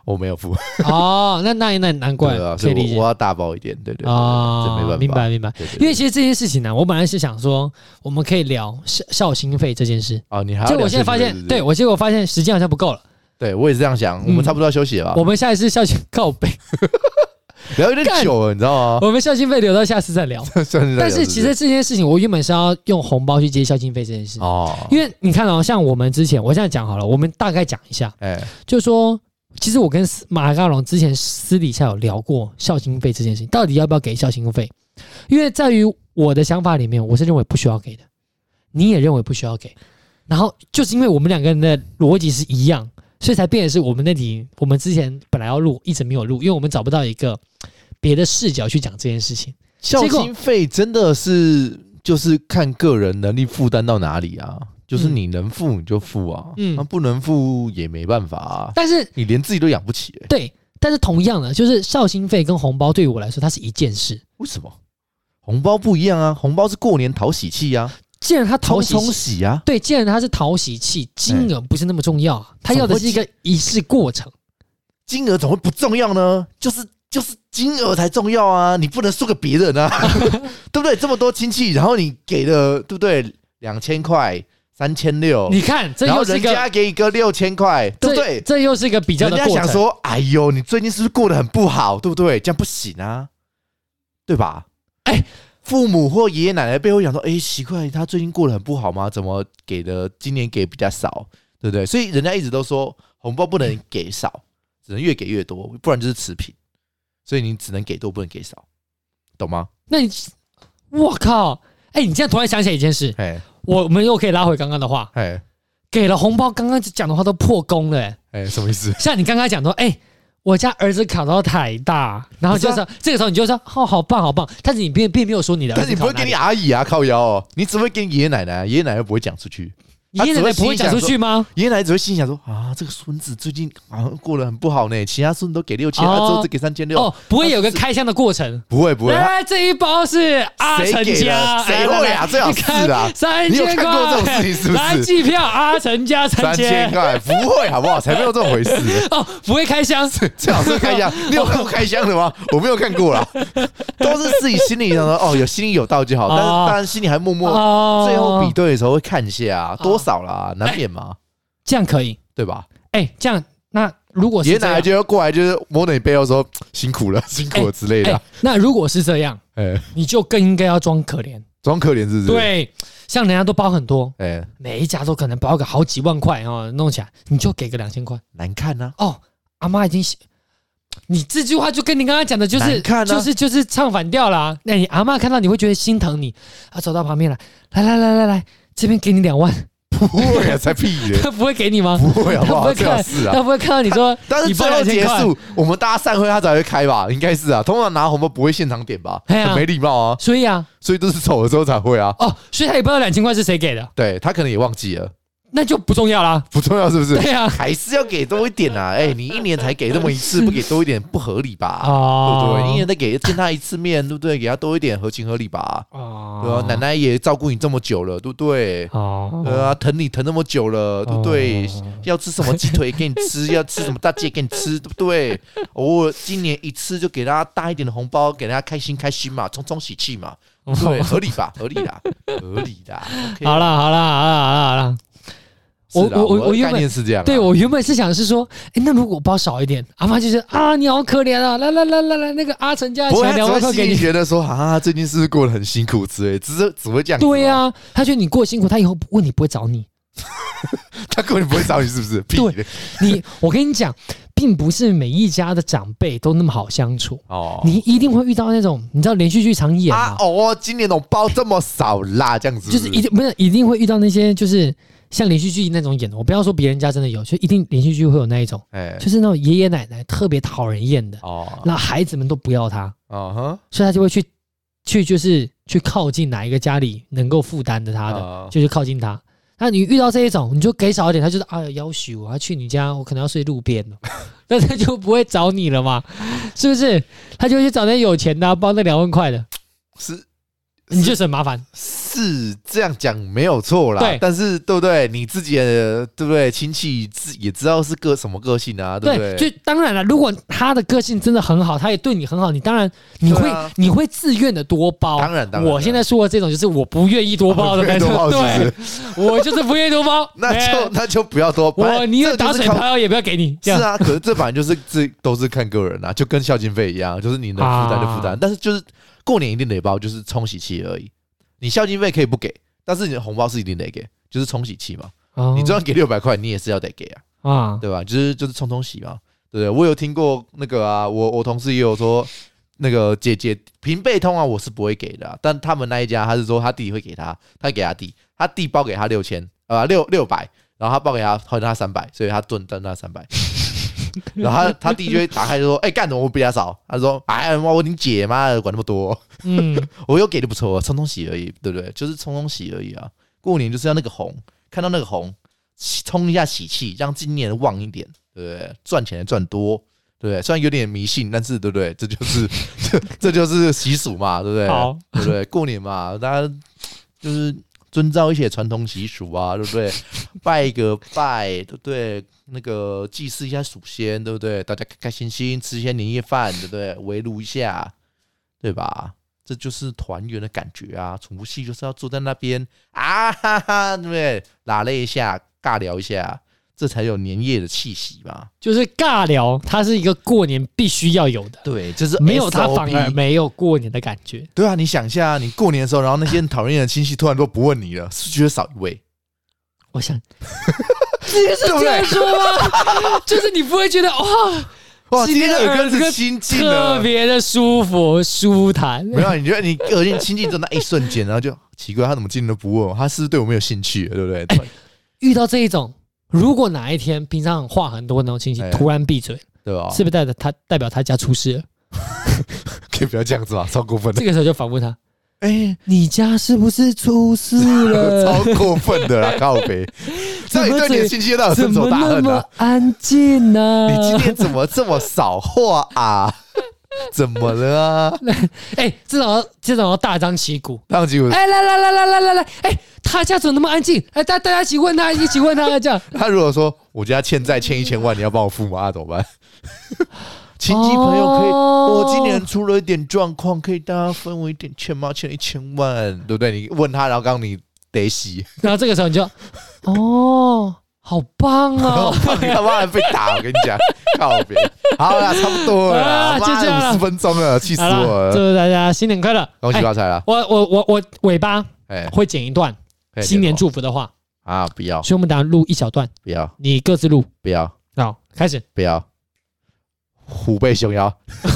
S1: 我没有付，
S2: 哦，那那那难怪
S1: 对啊，
S2: 可
S1: 所
S2: 以
S1: 以
S2: 理解
S1: 我我要大包一点，对对对，
S2: 啊，
S1: 这没办法，
S2: 明白明白。
S1: 对。对对
S2: 因为其实这件事情呢、我本来是想说，我们可以聊孝孝心费这件事，
S1: 哦，你还要
S2: 结果我
S1: 聊
S2: 现
S1: 这个
S2: 在发
S1: 是不
S2: 现，
S1: 是
S2: 对我结果发现时间好像不够了，
S1: 对我也是这样想，我们差不多要休息了吧
S2: 嗯我？们下一次校庆告白，
S1: 聊有点
S2: 干
S1: 久了，你知道吗？
S2: 我们校庆费留到下次 再聊。
S1: 算是在聊
S2: 但是其实这件事情，我原本是要用红包去接校庆费这件事，
S1: 哦，
S2: 因为你看哦，像我们之前，我现在讲好了，我们大概讲一下，
S1: 哎，
S2: 就是说，其实我跟马嘎龙之前私底下有聊过校庆费这件事情，到底要不要给校庆费？因为在于我的想法里面，我是认为不需要给的，你也认为不需要给，然后就是因为我们两个人的逻辑是一样，所以才变成是我们那题，我们之前本来要录，一直没有录，因为我们找不到一个别的视角去讲这件事情。
S1: 校
S2: 结果
S1: 经费真的是就是看个人能力负担到哪里啊，就是
S2: 嗯
S1: 你能付你就付啊，
S2: 嗯
S1: 那不能付也没办法啊，
S2: 但是
S1: 你连自己都养不起，哎，
S2: 对，但是同样的，就是孝心费跟红包对于我来说，它是一件事。
S1: 为什么？红包不一样啊，红包是过年讨喜气啊，
S2: 既然它讨
S1: 冲
S2: 喜
S1: 冲喜啊，
S2: 对，既然它是讨喜气，金额不是那么重要
S1: 哎
S2: 啊，他要的是一个仪式过程。
S1: 金额怎么会不重要呢？就是就是金额才重要啊！你不能输给别人 啊，对不对？这么多亲戚，然后你给了，对不对？两千块、三千六，
S2: 你看，这
S1: 然后
S2: 又是一
S1: 人
S2: 个，
S1: 家给一个六千块，对不
S2: 这
S1: 对？
S2: 这又是一个比较
S1: 人
S2: 的
S1: 家
S2: 过
S1: 想
S2: 程。
S1: 说，哎呦，你最近是不是过得很不好，对不对？这样不行啊，对吧？
S2: 哎
S1: 父母或爷爷奶奶背后想说，哎，奇怪，他最近过得很不好吗？怎么给的今年给比较少，对不对？所以人家一直都说红包不能给少，只能越给越多，不然就是持平。所以你只能给多，不能给少，懂吗？
S2: 那你，我靠，哎，你这样突然想起来一件事，
S1: 哎
S2: 我们又可以拉回刚刚的话，
S1: 哎
S2: 给了红包，刚刚讲的话都破功了、哎
S1: 哎，什么意思？
S2: 像你刚刚讲说，哎。我家儿子考到台大，然后就
S1: 不是啊
S2: 说、这个时候你就说哦，好棒好棒，但是你并并没有说你的 儿
S1: 但是
S2: 子
S1: 你不
S2: 考
S1: 会
S2: 哪
S1: 给你
S2: 里，
S1: 阿姨啊，靠腰哦，你只会给你爷爷奶奶啊，爷爷奶奶不会讲出去。
S2: 你爷爷奶奶不会讲出去吗？
S1: 爷爷奶奶只会心想说啊，这个孙子最近好像过得很不好呢，其他孙子都给六千、
S2: 哦
S1: 啊，之后只给三千六，
S2: 哦，哎不会有个开箱的过程。
S1: 不会不会，他
S2: 来，这一包是阿成
S1: 谁给
S2: 家
S1: 的，谁
S2: 来
S1: 会啊
S2: 来
S1: 最好
S2: 你看
S1: 是啦
S2: 三
S1: 你有
S2: 千
S1: 看过这种
S2: 块，
S1: 事情是不是
S2: 来机票，阿成 家
S1: 三
S2: 三
S1: 千
S2: 千。
S1: 块不会好不好？才没有这种回 事，
S2: 哦，不会开箱，
S1: 最好是开箱。你有看过开箱的吗？我没有看过 啦，都是自己心里想说哦，有心里有到就好，但是
S2: 哦
S1: 当然心里还默默
S2: 哦
S1: 最后比对的时候会看一下啊，多少啦，难免
S2: 哎
S1: 嘛，
S2: 这样可以。
S1: 对吧？
S2: 哎，这样那如果
S1: 爷
S2: 是
S1: 爷
S2: 这
S1: 奶
S2: 样
S1: 奶，就会过来，就是摸着你背后说辛苦了，辛苦了之类的
S2: 哎
S1: 啊，，
S2: 那如果是这样，
S1: 哎，
S2: 你就更应该要装可怜。
S1: 装可怜是不是？，
S2: 对，像人家都包很多，
S1: 哎，
S2: 每一家都可能包个好几万块哦，弄起来你就给个两千块。
S1: 难看啊呐。
S2: 哦，阿妈已经写，你这句话就跟你刚刚讲的，就是
S1: 难看啊
S2: 就是就是唱反调啦、那你阿妈看到你会觉得心疼你，她走到旁边来，来来来来来，这边给你两万，
S1: 不会啊，才屁 咧，
S2: 她不会给你吗？
S1: 不会好不
S2: 她不
S1: 好？
S2: 会
S1: 最好
S2: 看，
S1: 是
S2: 她
S1: 啊。
S2: 不会看到你说，
S1: 但是
S2: 你包
S1: 最后结
S2: 2000块，
S1: 束，我们大家散会，他才会开吧？应该是啊。通常拿红包不会现场点吧？
S2: 哎呀
S1: 很没礼貌啊，
S2: 所以啊，
S1: 所以都是走了之后才会啊。
S2: 哦，所以她也不知道两千块是谁给的，
S1: 对他可能也忘记了，
S2: 那就不重 要啦。
S1: 不重要是不是？
S2: 对啊，
S1: 还是要给多一点啊！哎，你一年才给这么一次，不给多一点不合理吧？对不
S2: 哦，
S1: 对？一年再给见他一次面，对不对？给他多一点合情合理吧？
S2: 哦，
S1: 对啊，奶奶也照顾你这么久了，对不对？
S2: 哦，
S1: 对啊，疼你疼那么久了，对不对？要吃什么鸡腿给你 吃，要吃什么大鸡给你吃，对不对？偶尔今年一次就给大家大一点的红包，给大家开心开心嘛，冲冲喜气嘛，对，合理吧？合理啦，合理 啦。OK
S2: 哦好啦好啦好啦好啦好啦，我
S1: 是啦
S2: 我我
S1: 我
S2: 我
S1: 的
S2: 原
S1: 概
S2: 本
S1: 念是这样啊，
S2: 对我原本是想是说，哎，那如果包少一点，阿妈就是啊，你好可怜啊，来来来来来，那个阿成家的
S1: 不过
S2: 钱
S1: 他只
S2: 两万
S1: 会
S2: 块
S1: 心
S2: 给
S1: 里
S2: 你。
S1: 觉得说啊，最近是不是过得很辛苦之类，只是只会这样。
S2: 对、啊呀，他觉得你过辛苦，他以后不问你不会找你。
S1: 他根本不会找你，是不是？屁
S2: 对你，我跟你讲，并不是每一家的长辈都那么好相处，
S1: 哦。
S2: 你一定会遇到那种，你知道连续剧常演
S1: 啊
S2: 嘛，
S1: 哦，今年红包这么少啦，这样子
S2: 就是一定不是一定会遇到那些就是像连续剧那种演的，我不要说别人家真的有，就一定连续剧会有那一种，
S1: 哎
S2: 就是那种爷爷奶奶特别讨人厌的，
S1: 哦
S2: 那孩子们都不要他。
S1: 哦哼
S2: 所以他就会去去就是去靠近哪一个家里能够负担的他的，
S1: 哦
S2: 就去靠近他。那你遇到这一种，你就给少一点，他就是哎呀要许我要去你家，我可能要睡路边 了，那他就不会找你了嘛，是不是？他就会去找那有钱的啊、包那两万块的，
S1: 是
S2: 你就省麻烦。
S1: 是是这样讲没有错啦
S2: 对，
S1: 但是对不对？你自己的对不对？亲戚自也知道是个什么个性啊，对不
S2: 对，就当然了，如果他的个性真的很好，他也对你很好，你当然你会、
S1: 对啊
S2: 你会自愿的多包。
S1: 当然当然
S2: 我现在说的这种就是我不愿意多包的
S1: 不愿
S2: 那
S1: 意
S2: 种
S1: 多，包是。
S2: 对，我就是不愿意多包
S1: 那
S2: 哎
S1: 就那就不要多，反
S2: 我
S1: 正
S2: 宁
S1: 这
S2: 愿
S1: 就
S2: 打
S1: 是
S2: 水
S1: 靠
S2: 漂也不要给你。
S1: 是
S2: 这样，
S1: 啊，可是这反正就是 这都是看个人啊，就跟孝敬费一样，就是你能负担就负担，
S2: 啊
S1: 但是就是过年一定得包，就是冲喜气而已。你孝敬费可以不给，但是你的红包是一定得给，就是冲喜气嘛。
S2: 哦
S1: 你就算给六百块，你也是要得给啊，
S2: 啊，
S1: 对吧？就是就是冲冲喜嘛，对不对？我有听过那个啊，我我同事也有说，那个姐姐平辈通啊，我是不会给的啊、但他们那一家他是说他弟弟会给他，他给他弟，他弟包给他六千啊六六百，然后他包给他还他三百，所以他顿顿他三百。然后他他弟就会打开就说：“哎、干什么我比他少？”他说：“哎妈，我你姐妈的管那么多，
S2: 嗯，
S1: 我有给的不错，冲冲喜而已，对不对？就是冲冲喜而已啊。过年就是要那个红，看到那个红，喜冲一下喜气，让今年旺一点，对不对？赚钱赚多，对不对？虽然有点迷信，但是对不对？这就是 这这就是习俗嘛，对不对？
S2: 好，
S1: 对不对？过年嘛，大家就是遵照一些传统习俗啊，对不 对？拜一个拜，对不对？那个祭祀一下祖先，对不对？大家开开心心吃一些年夜饭，对不对？围炉一下，对吧？这就是团圆的感觉啊！宠物戏就是要坐在那边啊哈哈，对不对？拉了一下，尬聊一下，这才有年夜的气息嘛。
S2: 就是尬聊，它是一个过年必须要有的，
S1: 对，就是
S2: 没有它
S1: SOP
S2: 反而没有过年的感觉。
S1: 对啊，你想一下，你过年的时候，然后那些讨人厌的亲戚突然都不问你了，是不是觉得少一位？
S2: 我想，这个是
S1: 对不
S2: 这
S1: 对
S2: 样说
S1: 啊
S2: 吗？就是你不会 觉得哇，
S1: 哇，
S2: 今
S1: 今
S2: 天
S1: 天
S2: 的
S1: 耳根
S2: 耳根
S1: 子清净
S2: 特
S1: 了。
S2: 别的舒服舒坦。
S1: 没有啊，你觉得你耳根清净就那一瞬间，然后就奇怪，他怎么今天都不问我？他是不是对我没有兴趣了，对不对？
S2: 哎遇到这一种，如果哪一天平常话很多那种亲戚
S1: 哎哦
S2: 突然闭嘴，
S1: 对吧？
S2: 是不是代表他代表他家出事了？
S1: 可以不要这样子嘛，超过分的
S2: 这，个时候就反问他：
S1: 哎，
S2: 你家是不是 出
S1: 哦
S2: 事了？
S1: 超过分的 啦，靠北。
S2: 呃怎
S1: 那
S2: 么
S1: 你对你的
S2: 嘴
S1: 亲戚到底有
S2: 怎
S1: 深仇
S2: 么
S1: 大
S2: 那
S1: 恨呢
S2: 么？安静呢、
S1: 你今天怎么这么少话 啊？怎么了啊？
S2: 哎、这种这种要大张旗鼓。
S1: 让吉
S2: 哎，来来来来来来来，哎，他家怎么那么安静？哎，大大家一起问他，一起问他，这样
S1: 他如果说我家欠债欠一千万，你要帮我付吗？啊那怎么办？ 亲戚朋友可以，
S2: 哦
S1: 我今年出了一点状况，可以大家分我一点钱吗？欠了一千万，对不对？你问他，然后刚刚你得 洗，
S2: 然后这个时候你就，哦，好棒
S1: 然后
S2: 哦，
S1: 你他妈还被打，我跟你讲， 靠别，好啦，差不多了啦，
S2: 啊就这样
S1: 妈
S2: 啦
S1: 五十分钟了， 气死
S2: 好
S1: 我
S2: 了，
S1: 了，
S2: 祝大家新年快乐！
S1: 恭喜
S2: 哎
S1: 发财啦！
S2: 我我我我尾巴
S1: 哎，
S2: 会剪一段
S1: 可以
S2: 哎新年
S1: 点头
S2: 祝福的话，
S1: 啊，不要
S2: 所以我们等下录一小段，
S1: 不要
S2: 你各自录。
S1: 不要
S2: 好，开始。
S1: 不要，虎背熊腰，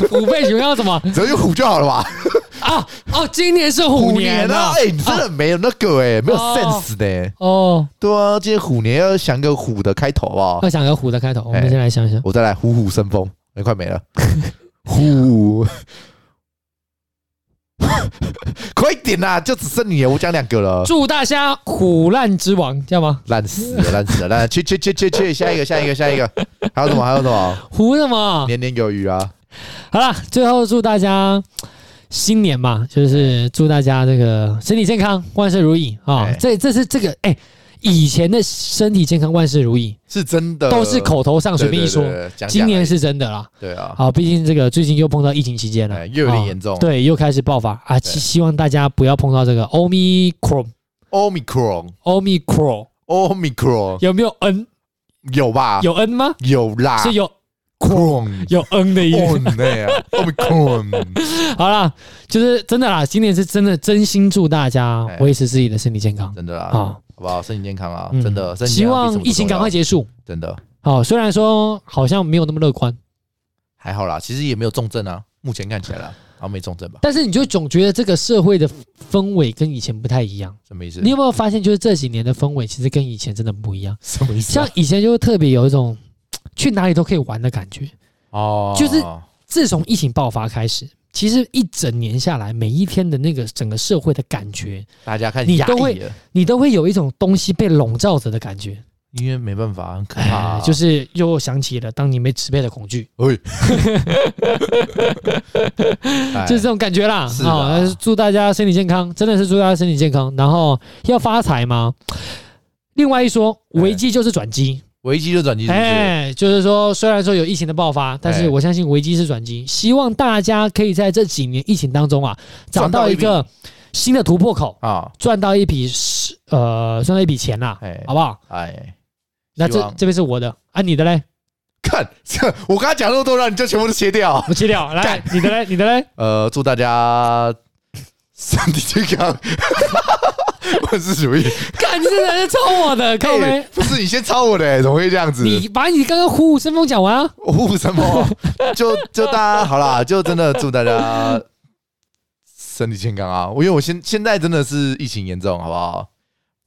S2: 虎背熊腰什么
S1: 只要用虎就好了吧？
S2: 啊？哦，今年是虎
S1: 虎
S2: 年
S1: 年
S2: 啊
S1: 啊！！哎，你真的没有那个哎，没有
S2: 哦
S1: sense 的。
S2: 哦，
S1: 对啊，今天虎年要想个虎的开头啊！
S2: 要想个虎的开头，我
S1: 哎
S2: 们先来想想。
S1: 我再来虎虎生风，哎，快 没了，虎， 快点啦，就只剩你了，我讲两个了，
S2: 祝大家虎烂之王，这样吗？
S1: 烂死了，烂死了，烂，去去去去去，下一个，下一个，下一个，还有什么？还有什么？
S2: 虎什么？
S1: 年年有余啊！
S2: 好啦，最后祝大家新年嘛，就是祝大家这个身体健康，万事如意啊！
S1: 哎
S2: 这这是这个哎、以前的身体健康，万事如意
S1: 是真的，
S2: 都是口头上
S1: 对
S2: 随便一说，，
S1: 呃对对对讲
S2: 今
S1: 讲而
S2: 年
S1: 已
S2: 是真的啦。
S1: 对啊，
S2: 好，毕竟这个最近又碰到疫情期间了，
S1: 哎，又有点
S2: 啊
S1: 严重。
S2: 对，又开始爆发啊！希
S1: 对
S2: 希望大家不要碰到这个 Omicron。
S1: Omicron，Omicron 哦
S2: Omicron 有没有 N？
S1: 有吧？
S2: 有 N 吗？
S1: 有啦
S2: 是有
S1: ，Cron，
S2: 有 N 的音。
S1: Cron 哎呀，Omicron。
S2: 好啦，就是真的啦，今年是真的，真心祝大家
S1: 哎
S2: 维持自己的身体健康
S1: 真的啦，好
S2: 啊！
S1: 不好？身体健康啊，
S2: 嗯
S1: 真的，身体
S2: 希
S1: 健康比什
S2: 望
S1: 么都
S2: 疫情
S1: 重
S2: 赶
S1: 要
S2: 快结束。
S1: 真的
S2: 好，虽然说好像没有那么乐观，
S1: 还好啦，其实也没有重症啊，目前看起来啦，啊没重症吧？
S2: 但是你就总觉得这个社会的氛围跟以前不太一样。
S1: 什么意思？
S2: 你有没有发现，就是这几年的氛围其实跟以前真的不一样？
S1: 什么意思啊？
S2: 像以前就特别有一种去哪里都可以玩的感觉。
S1: 哦，
S2: 就是自从疫情爆发开始，其实一整年下来，每一天的那个整个社会的感觉，
S1: 大家开始
S2: 你
S1: 压
S2: 都会
S1: 抑了，
S2: 你都会有一种东西被笼罩着的感觉。
S1: 因为没办法，很可怕啊、
S2: 哎，就是又想起了当你没支配的恐惧，
S1: 喂， 哎
S2: 就是这种感觉啦。
S1: 是的啊
S2: 好，但是祝大家身体健康，真的是祝大家身体健康。然后要发财吗？另外一说，
S1: 哎
S2: 危机就是转机。
S1: 危机就转机，是不是？
S2: 哎，就是说，虽然说有疫情的爆发，但是
S1: 哎
S2: 我相信危机是转机。希望大家可以在这几年疫情当中啊，找
S1: 赚到
S2: 到一
S1: 一笔
S2: 个新的突破口，
S1: 啊，
S2: 赚到一笔是呃，赚到一笔钱啦、
S1: 哎
S2: 好不好？
S1: 哎，
S2: 那
S1: 希
S2: 这
S1: 望
S2: 这边是我的啊，你的嘞，
S1: 看这，我刚才讲那么多，让你就全部都切掉。
S2: 我切掉。来
S1: 干，
S2: 你的嘞，你的嘞，
S1: 呃，祝大家身体健康， 万事如意。
S2: 干，你这人在抽我的， 靠
S1: 哎
S2: 呗。
S1: 不是你先抄我的、欸，怎么会这样子？
S2: 你把你刚刚虎虎生风讲完啊，
S1: 呼什 么？就就大家好啦，就真的祝大家身体健康啊！因为我现现在真的是疫情严重，好不好？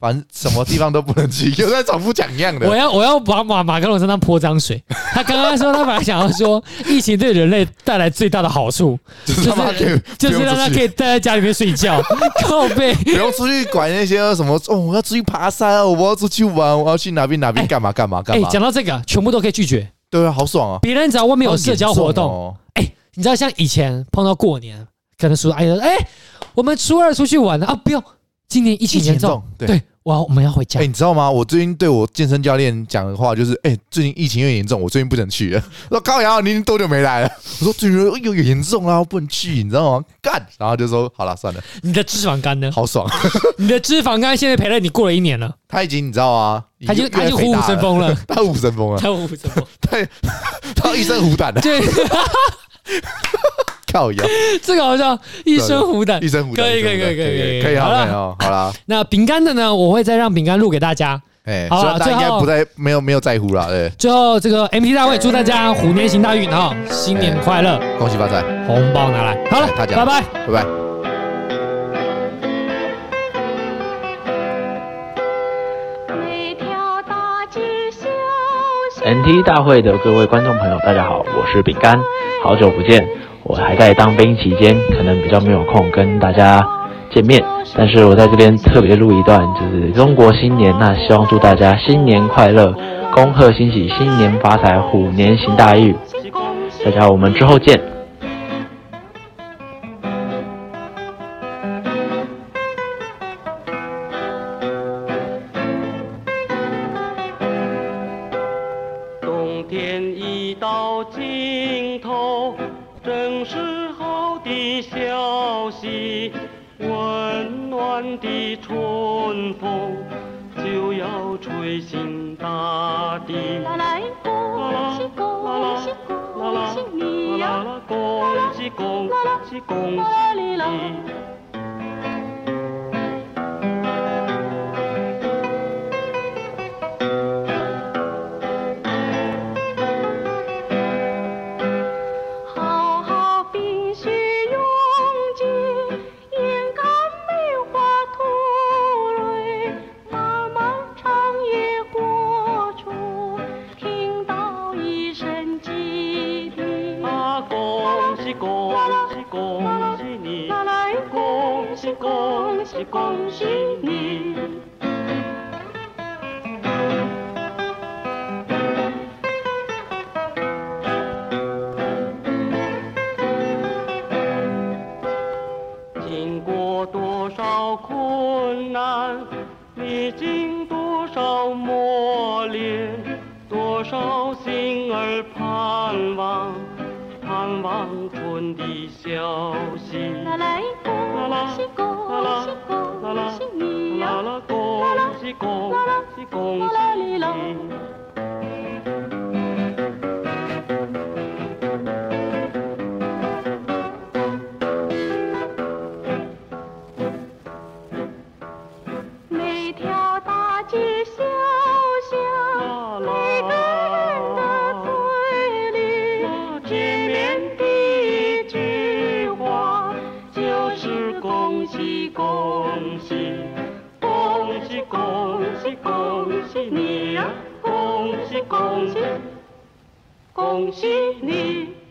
S1: 反正什么地方都不能去， 又在重复讲一样
S2: 我
S1: 的。
S2: 要我要把马马克龙身上泼脏 水。他刚刚说他本来想要说疫情对人类带来最大的好处，
S1: 就是他妈
S2: 就是
S1: 可以
S2: 就
S1: 不
S2: 是
S1: 用
S2: 让
S1: 出
S2: 他
S1: 去
S2: 可，以待在家里面睡 觉，靠背。
S1: 不用出去管那些什么哦，我要出去爬山啊，我要出去玩，我要去哪边哪边干嘛干嘛干
S2: 哎，
S1: 嘛。
S2: 讲到这个，全部都可以拒绝。
S1: 对啊，好爽啊！
S2: 别人只要外面有社交活
S1: 好
S2: 动，
S1: 严重哦
S2: 你知道像以前碰到过年，可能叔叔阿姨说：“哎，我们初二出去玩啊，不用，今年疫情严重，，
S1: 对。
S2: 对，我要我们要回家
S1: 哎、。你知道吗？我最近对我健身教练讲的话就是，哎、最近疫情有点严重，我最近不能去了。 我说高阳，你已经多久没来了？ 我说最近有点严重啦，不能去，你知道吗？干，然后就说好了，算了，”
S2: 你的脂肪肝呢？
S1: 好爽。
S2: 你的脂肪肝现在陪了你过了一年了，
S1: 他已经你知道吗？
S2: 他就
S1: 已经
S2: 他
S1: 越
S2: 就
S1: 来越
S2: 虎虎
S1: 肥大了，
S2: 生 风了，
S1: 他虎虎生风了，
S2: 他虎虎生风。
S1: 他他一身虎胆的，
S2: 对，
S1: 靠腰，
S2: 这个好像一身虎胆
S1: 一。身虎胆，
S2: 可以
S1: 一身虎胆
S2: 可以可以可以
S1: 可以
S2: 好
S1: 啊，
S2: 啦
S1: 可以啊，好 啦，
S2: 那饼干的呢，我会再让饼干录给大家。
S1: 哎，
S2: 好
S1: 虽
S2: 啦
S1: 然大家应
S2: 最
S1: 该
S2: 后
S1: 不在，没有没有在乎啦，对，
S2: 最后这个 MT 大会，祝大家虎年行大运啊，新年快乐，
S1: 恭喜发财，哎
S2: 红包拿来。好了，
S1: 大家
S2: 拜拜。
S1: 拜拜。
S3: 每条大街小巷。
S4: NT 大会的各位观众朋友，大家好，我是饼干，好久不见。我还在当兵期间，可能比较没有空跟大家见面，但是我在这边特别录一段，就是中国新年，那希望祝大家新年快乐，恭贺新喜，新年发财，虎年行大运。大家我们之后见。
S5: 冬天已到尽头，正是好的消息，温暖的春风就要吹醒大地。
S3: 啦啦，恭喜恭喜恭喜你
S5: 啦
S3: 呀！
S5: 啦，恭喜恭喜恭
S3: 啦
S5: 喜
S3: 哩啦
S5: 你！
S3: 浩浩冰雪溶解，眼看梅花吐蕊，漫漫长夜过处，听到一声鸡啼。
S5: 啊，恭喜恭喜恭喜你！
S3: 啦啦，
S5: 恭喜恭喜恭喜你！经过多少困难，历经多少磨练，多少心儿盼望，盼望春的消息。
S3: 啦啦，恭喜恭喜恭喜你
S5: 啦
S3: 呀！
S5: 啦，恭喜恭喜恭喜你！
S3: 每条大街小巷，
S5: 啦
S3: 每个人的
S5: 啦，
S3: 嘴里，见面第一句话就
S5: 就是
S3: 是
S5: 恭
S3: 恭
S5: 喜
S3: 喜
S5: 恭
S3: 恭
S5: 喜
S3: 喜，
S5: 恭喜恭喜恭喜
S3: 啊
S5: 你呀！恭喜恭喜恭喜你！